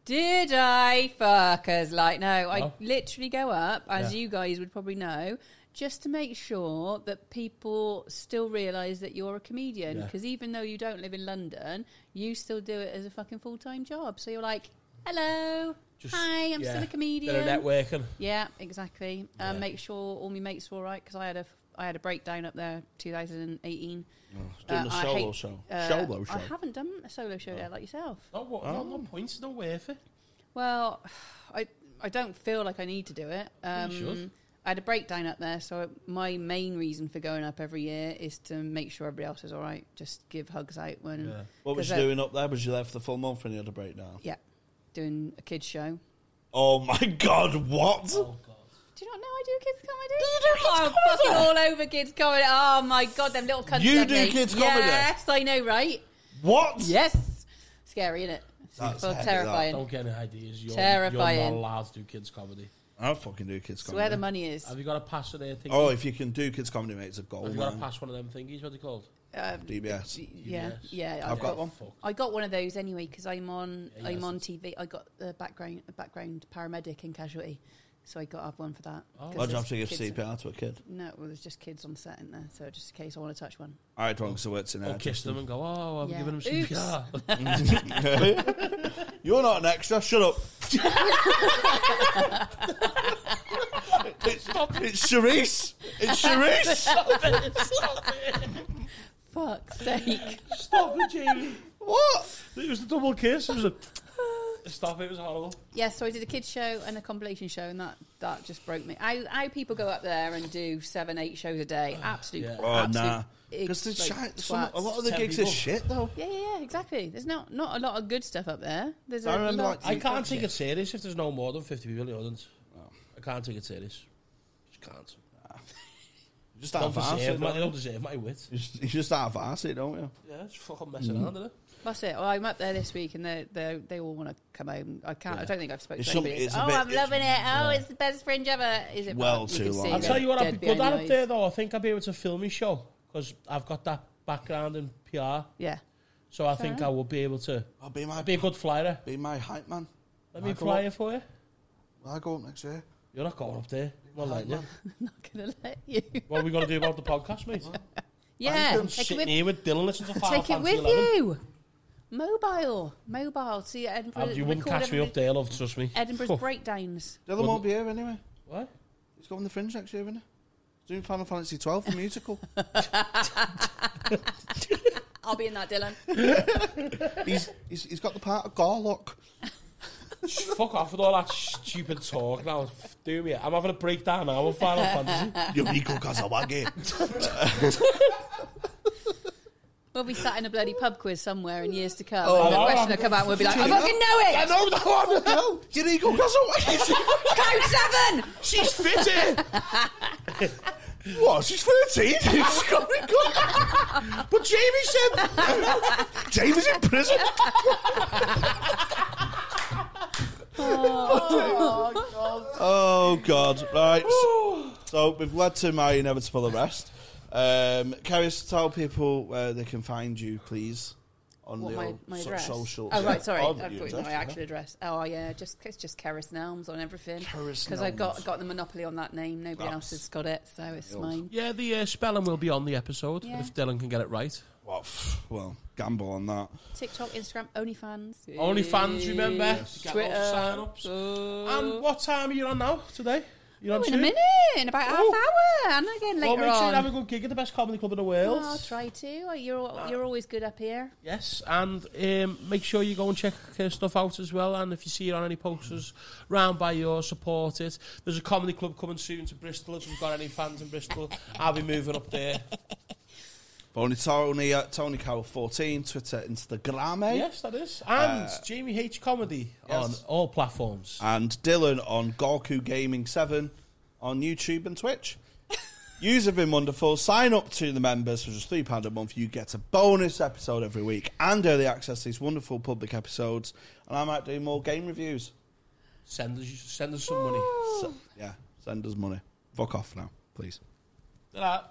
Did I fuckers like no? I No. literally go up, as Yeah. you guys would probably know, just to make sure that people still realise that you're a comedian. Yeah. Because even though you don't live in London, you still do it as a fucking full time job. So you're like, hello, hi, I'm still a Bit of comedian. networking. Yeah, exactly. Um, Yeah. Make sure all my mates were all right because I had a I had a breakdown up there, 2018. Doing Uh, a I solo hate- show. uh, solo I show. haven't done a solo Oh. show there like yourself. No, what, no, no points, no worth it. Well, I I don't feel like I need to do it. Um, should. I had a breakdown up there, so my main reason for going up every year is to make sure everybody else is all right. Just give hugs out when Yeah. What was 'cause you I- doing up there? Was you there for the full month when you had a breakdown? Yeah, doing a kids show. Oh my god, what? Oh, Do you not know I do kids comedy? I'm fucking all over kids comedy. Oh my god, them little cunts. You love do me. kids comedy? Yes, I know, right? What? Yes, scary, isn't it? It's That's full heavy, that. terrifying. Don't get any ideas. You're, You're Terrifying. not allowed to do kids comedy. I don't fucking do kids It's where comedy. the money is. Have you got a pass for their thing? oh, if you can do kids comedy, mate, it's a goal. Have you got to man. pass one of them thingies? What are they called? um, DBS. yeah, yeah. I've got one. I got one of those anyway because I'm on Yeah, I'm yes, on TV. I got the background a background paramedic in casualty, so I got up one for that. Oh, I'd have to give CPR to a kid. No, well, there's just kids on set in there, so just in case I want to touch one. I don't because I worked in Or there. kiss them and go, oh, I'm Yeah. giving them Oops. CPR. You're not an extra. Shut up. it's Charisse. It's Charisse. Fuck's sake! Stop it, Jamie. what? It was the double kiss. It was a... Stop it, it was horrible. yeah, so I did a kids show and a compilation show, and that that just broke me. How how people go up there and do seven eight shows a day? Absolute. yeah. Oh, absolute nah. ig- Because like, a lot of the Ten gigs people. are shit, though. Yeah, yeah, yeah, exactly. There's not not a lot of good stuff up there. There's I a remember, lot. like, I can't take it serious if there's no more than 50 people in the audience. I can't take it serious. Just Oh. can't. Just I out don't of arse, deserve it, my, I don't you? don't deserve my wit. Mm. You just- you just out of arse, it, don't you? Yeah, it's fucking messing around, isn't it? That's it. Well, I'm up there this week, and they they they all want to come home. I can't. I don't think I've spoken It's to anybody. some- it's a that's, oh, bit- I'm it's- loving it. Oh, it's the best fringe ever. Is it? Well but you too can long. see I'll I'll they're tell you what, I'd dead be good at behind up the eyes. there, though. I think I'd be able to film your show because I've got that background in PR. Yeah. So I think I will be able to I'll be my be a good flyer. be my hype man. Let me Michael. fly you for you. I go up next year. You're not going up there. Well, like, yeah. Not gonna let you. What are we going to do about the podcast, mate? Yeah. I'm Take it sitting with, here with Dylan listening to Final take it Fantasy with 11. you. Mobile, mobile. See Uh, Edinburgh. you wouldn't record catch me up Edinburgh- there, love, trust me. Edinburgh's Fuck. breakdowns. Dylan won't be here anyway. What? He's going to the Fringe next year, isn't he? He's doing Final Fantasy twelve the musical. I'll be in that, Dylan. he's, he's he's got the part of Gorlock. Fuck off with all that stupid talk now. F- Do me. I'm having a breakdown now with Final Fantasy. Yuriko Kazawagi. We'll be sat in a bloody pub quiz somewhere in years to come. Oh, and the I- question will come out and we'll be like, I fucking know it! I know that one. No, Yuriko Kazawagi. Code 7! She's fitting. what? She's thirteen. She's got me good. But Jamie said Jamie's in prison. Oh God! Right. so we've led to my inevitable arrest. Um, Carius, tell people where they can find you, please, on What the my, old my so- address? social. Oh right, sorry, Oh, I've your got address, my yeah. actual address. Oh yeah, just it's just Keris Nelms on everything Keris because I Nelms. got got the monopoly on that name. Nobody That's else has got it, so it's mine. Yeah, the uh, spelling will be on the episode Yeah. if Dylan can get it right. Well, pff, well, gamble on that. TikTok, Instagram, OnlyFans, Only fans, remember? to get Twitter. those sign-ups. Uh, And what time are you on now today? You're on oh, in a soon? minute, in about half Oh. hour, and again Well, later make sure you on. Oh, have a good gig at the best comedy club in the world. Well, I'll try to. You're al- you're always good up here. Yes, and um, make sure you go and check her stuff out as well. And if you see her on any posters round by your, support it. There's a comedy club coming soon to Bristol. If you've got any fans in Bristol, I'll be moving up there. Only Tony, uh, Tony Carroll 14, Twitter, Instagram, eh? Yes, that is. And Jamie H Comedy Yes. on all platforms. and Dylan on Gorku Gaming 7 on YouTube and Twitch. Yous have been wonderful. Sign up to the members for just £3 a month. You get a bonus episode every week and early access to these wonderful public episodes. And I might do more game reviews. Send us, send us some money. So, yeah, send us money. Fuck off now, please. Ta-ra.